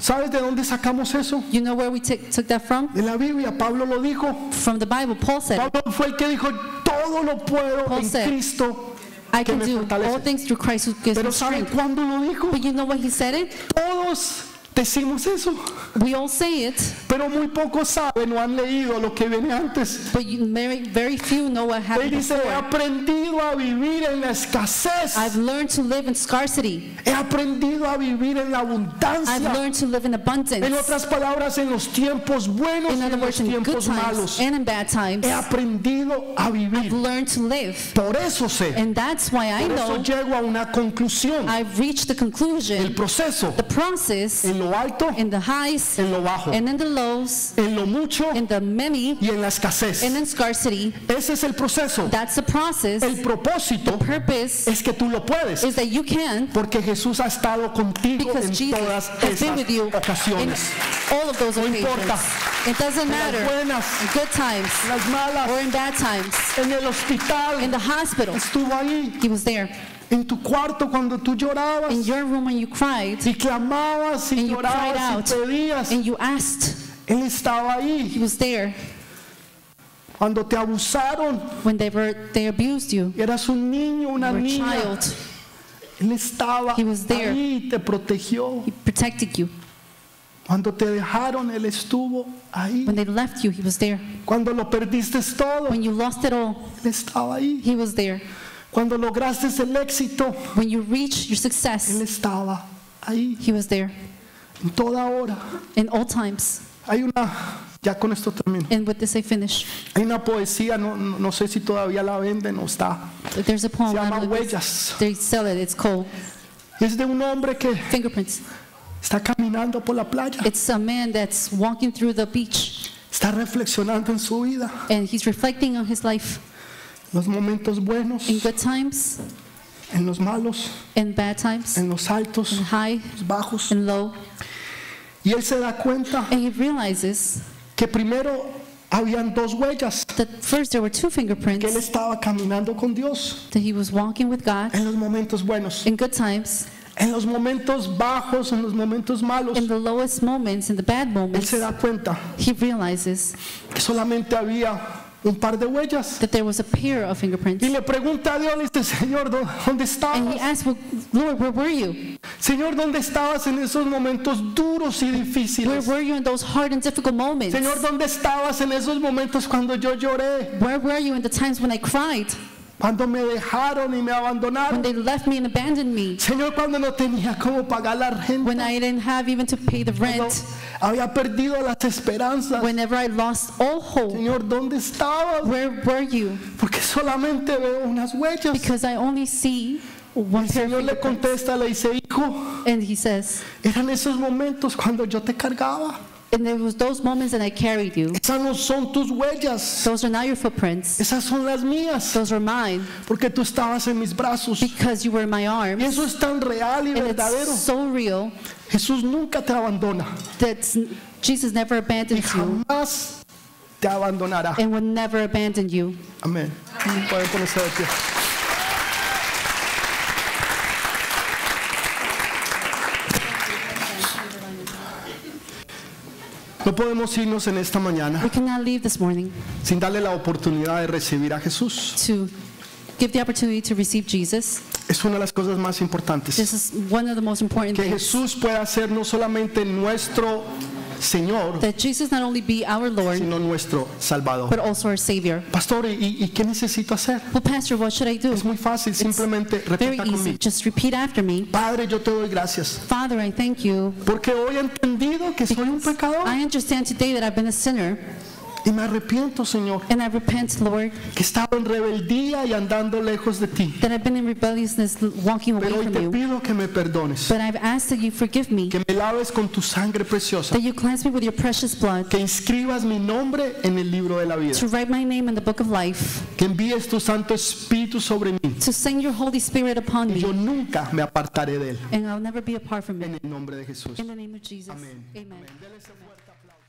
B: ¿Sabes de dónde sacamos eso?
A: You know where we took took that from?
B: De la Biblia, Pablo lo dijo.
A: From the Bible. Paul said, it.
B: Pablo fue el que dijo, todo lo puedo
A: Paul
B: en
A: said,
B: Cristo
A: I
B: que
A: can
B: me
A: do all
B: fortalece.
A: things through Christ who gives me
B: Pero ¿saben
A: strength.
B: cuándo lo dijo?
A: But you know what he said it?
B: Todos decimos eso.
A: We all say it,
B: Pero muy pocos saben o han leído lo que viene antes.
A: but you, very, very few know what
B: Él
A: happened
B: dice, he
A: before.
B: aprendido a vivir en la escasez.
A: I've learned to live in scarcity.
B: He aprendido a vivir en la
A: I've
B: abundancia.
A: learned to live in
B: En
A: abundance.
B: otras palabras, en los tiempos buenos
A: In
B: y
A: other
B: en los
A: words, in good
B: tiempos
A: times
B: malos.
A: and in bad times.
B: He aprendido a vivir.
A: Learn to live.
B: Por eso sé.
A: And that's why I
B: Por eso
A: know
B: llego a una conclusión.
A: I've reached the
B: El
A: conclusion,
B: proceso
A: the process,
B: en lo alto,
A: in the highs,
B: en lo bajo,
A: and in the lows,
B: en lo mucho
A: in the many,
B: y en la escasez.
A: and in scarcity.
B: Ese es el proceso.
A: That's the
B: El
A: process.
B: propósito
A: Purpose
B: es que tú lo puedes.
A: is that you can
B: Porque Jesús ha estado contigo
A: Because
B: en
A: Jesus
B: todas
A: has been
B: esas
A: with you in
B: ocasiones.
A: all of those occasions.
B: importa.
A: It doesn't
B: En
A: matter.
B: las buenas,
A: In good times
B: en las
A: or
B: malas,
A: in bad times.
B: en el
A: In
B: hospital.
A: the hospital,
B: Estuvo ahí,
A: he was there.
B: en tu cuarto cuando tú llorabas
A: In your room when you cried
B: y clamabas y
A: And you cried
B: llorabas y
A: out.
B: pedías.
A: and you asked,
B: Él estaba ahí.
A: he was there.
B: Cuando te abusaron,
A: When they were they abused you,
B: eras un niño, una
A: you were a
B: niña.
A: child.
B: Él estaba
A: He was there.
B: ahí, te protegió.
A: He protected you.
B: Cuando te dejaron, Él estuvo ahí.
A: When they left you, He was there.
B: Cuando lo perdiste todo,
A: When you lost it all,
B: Él estaba ahí.
A: He was there.
B: Cuando lograste el éxito,
A: When you reached your
B: Él
A: success,
B: estaba ahí.
A: He was there.
B: En toda hora.
A: In all times.
B: Hay una, ya con esto termino.
A: And with this, I finish.
B: Hay una poesía, no, no no sé si todavía la venden o está.
A: There's a poem.
B: Se
A: I
B: llama
A: don't know if it's-
B: Huellas.
A: They sell it. It's called
B: Es de un hombre que
A: Fingerprints.
B: está caminando por la playa.
A: It's a man that's walking through the beach
B: Está reflexionando en su vida,
A: and he's reflecting on his life
B: los momentos buenos,
A: in good times
B: en los malos,
A: and bad times,
B: en los altos,
A: in high
B: los bajos.
A: and low.
B: Y él se da cuenta
A: And he realizes
B: que primero habían dos huellas,
A: that first there were two
B: que él
A: fingerprints
B: estaba caminando con Dios
A: that he was walking with God
B: en los momentos buenos,
A: in good times,
B: en los momentos bajos, en los momentos malos.
A: in the lowest moments, in the bad
B: Él
A: moments.
B: se da cuenta
A: He realizes
B: que solamente había un par de huellas.
A: that there was a pair of fingerprints.
B: Y le pregunta a Dios, le dice, Señor, ¿dó- ¿dónde
A: And he
B: estabas?
A: asked, well, Lord, where were you?
B: Señor, ¿dónde estabas en esos momentos duros y
A: Where
B: difíciles?
A: were you in those hard and difficult moments?
B: Señor, ¿dónde estabas en esos momentos cuando yo lloré?
A: Where were you in the times when I cried,
B: Cuando me dejaron y me
A: when
B: abandonaron.
A: they left me and abandoned me,
B: Señor, cuando no tenía cómo pagar la renta.
A: when I didn't have even to pay the
B: cuando
A: rent,
B: había perdido las esperanzas.
A: whenever I lost all hope?
B: Señor, ¿dónde estabas?
A: Where were you?
B: Porque solamente veo unas huellas.
A: Because I only see one
B: El
A: pair
B: Señor
A: of
B: le
A: fingerprints.
B: contesta, le dice, hijo,
A: And he says,
B: eran esos momentos cuando yo te cargaba.
A: and there was those moments that I carried you.
B: Esas no son tus huellas.
A: Those are not your footprints.
B: Esas son las mías.
A: Those are mine
B: Porque tú estabas en mis brazos. Y
A: because you were in my arms.
B: eso es tan real y
A: And
B: verdadero.
A: it's so real
B: Jesús nunca te abandona.
A: that Jesus never
B: y
A: abandons you
B: jamás te abandonará.
A: and will never abandon you.
B: Amén. Pueden ponerse de pie. No podemos irnos en esta mañana
A: We cannot leave this morning
B: sin darle la oportunidad de recibir a Jesús.
A: to give the opportunity to receive Jesus.
B: Es una de las cosas más importantes.
A: This is one of the most important
B: Que
A: things
B: Jesús pueda ser no solamente nuestro Señor,
A: that Jesus not only be our Lord,
B: sino nuestro Salvador.
A: but also our Savior.
B: Pastor, ¿y, y qué necesito hacer?
A: Well, Pastor, what should I do?
B: Es muy fácil, simplemente
A: Very
B: repita
A: easy.
B: conmigo.
A: Just repeat after me.
B: Padre, yo te doy gracias.
A: Father, I thank you.
B: Porque hoy he entendido que soy un pecador
A: I understand today that I've been a sinner,
B: y me arrepiento, Señor,
A: and I repent, Lord,
B: que estaba en rebeldía y andando lejos de ti.
A: that I've been in rebelliousness, walking away
B: Pero hoy
A: from
B: te
A: you.
B: pido que me perdones,
A: But I've asked that you forgive me,
B: que me laves con tu sangre preciosa,
A: that you cleanse me with your precious blood,
B: que inscribas mi nombre en el libro de la vida,
A: to write my name in the book of life,
B: que envíes tu Santo Espíritu sobre mí.
A: to send your Holy Spirit upon
B: Y yo
A: me,
B: nunca me apartaré de él.
A: and I'll never be apart from
B: En
A: it.
B: el nombre de Jesús.
A: In the name of Jesus.
B: Amén.
A: Amen.
B: Dele ese fuerte aplauso.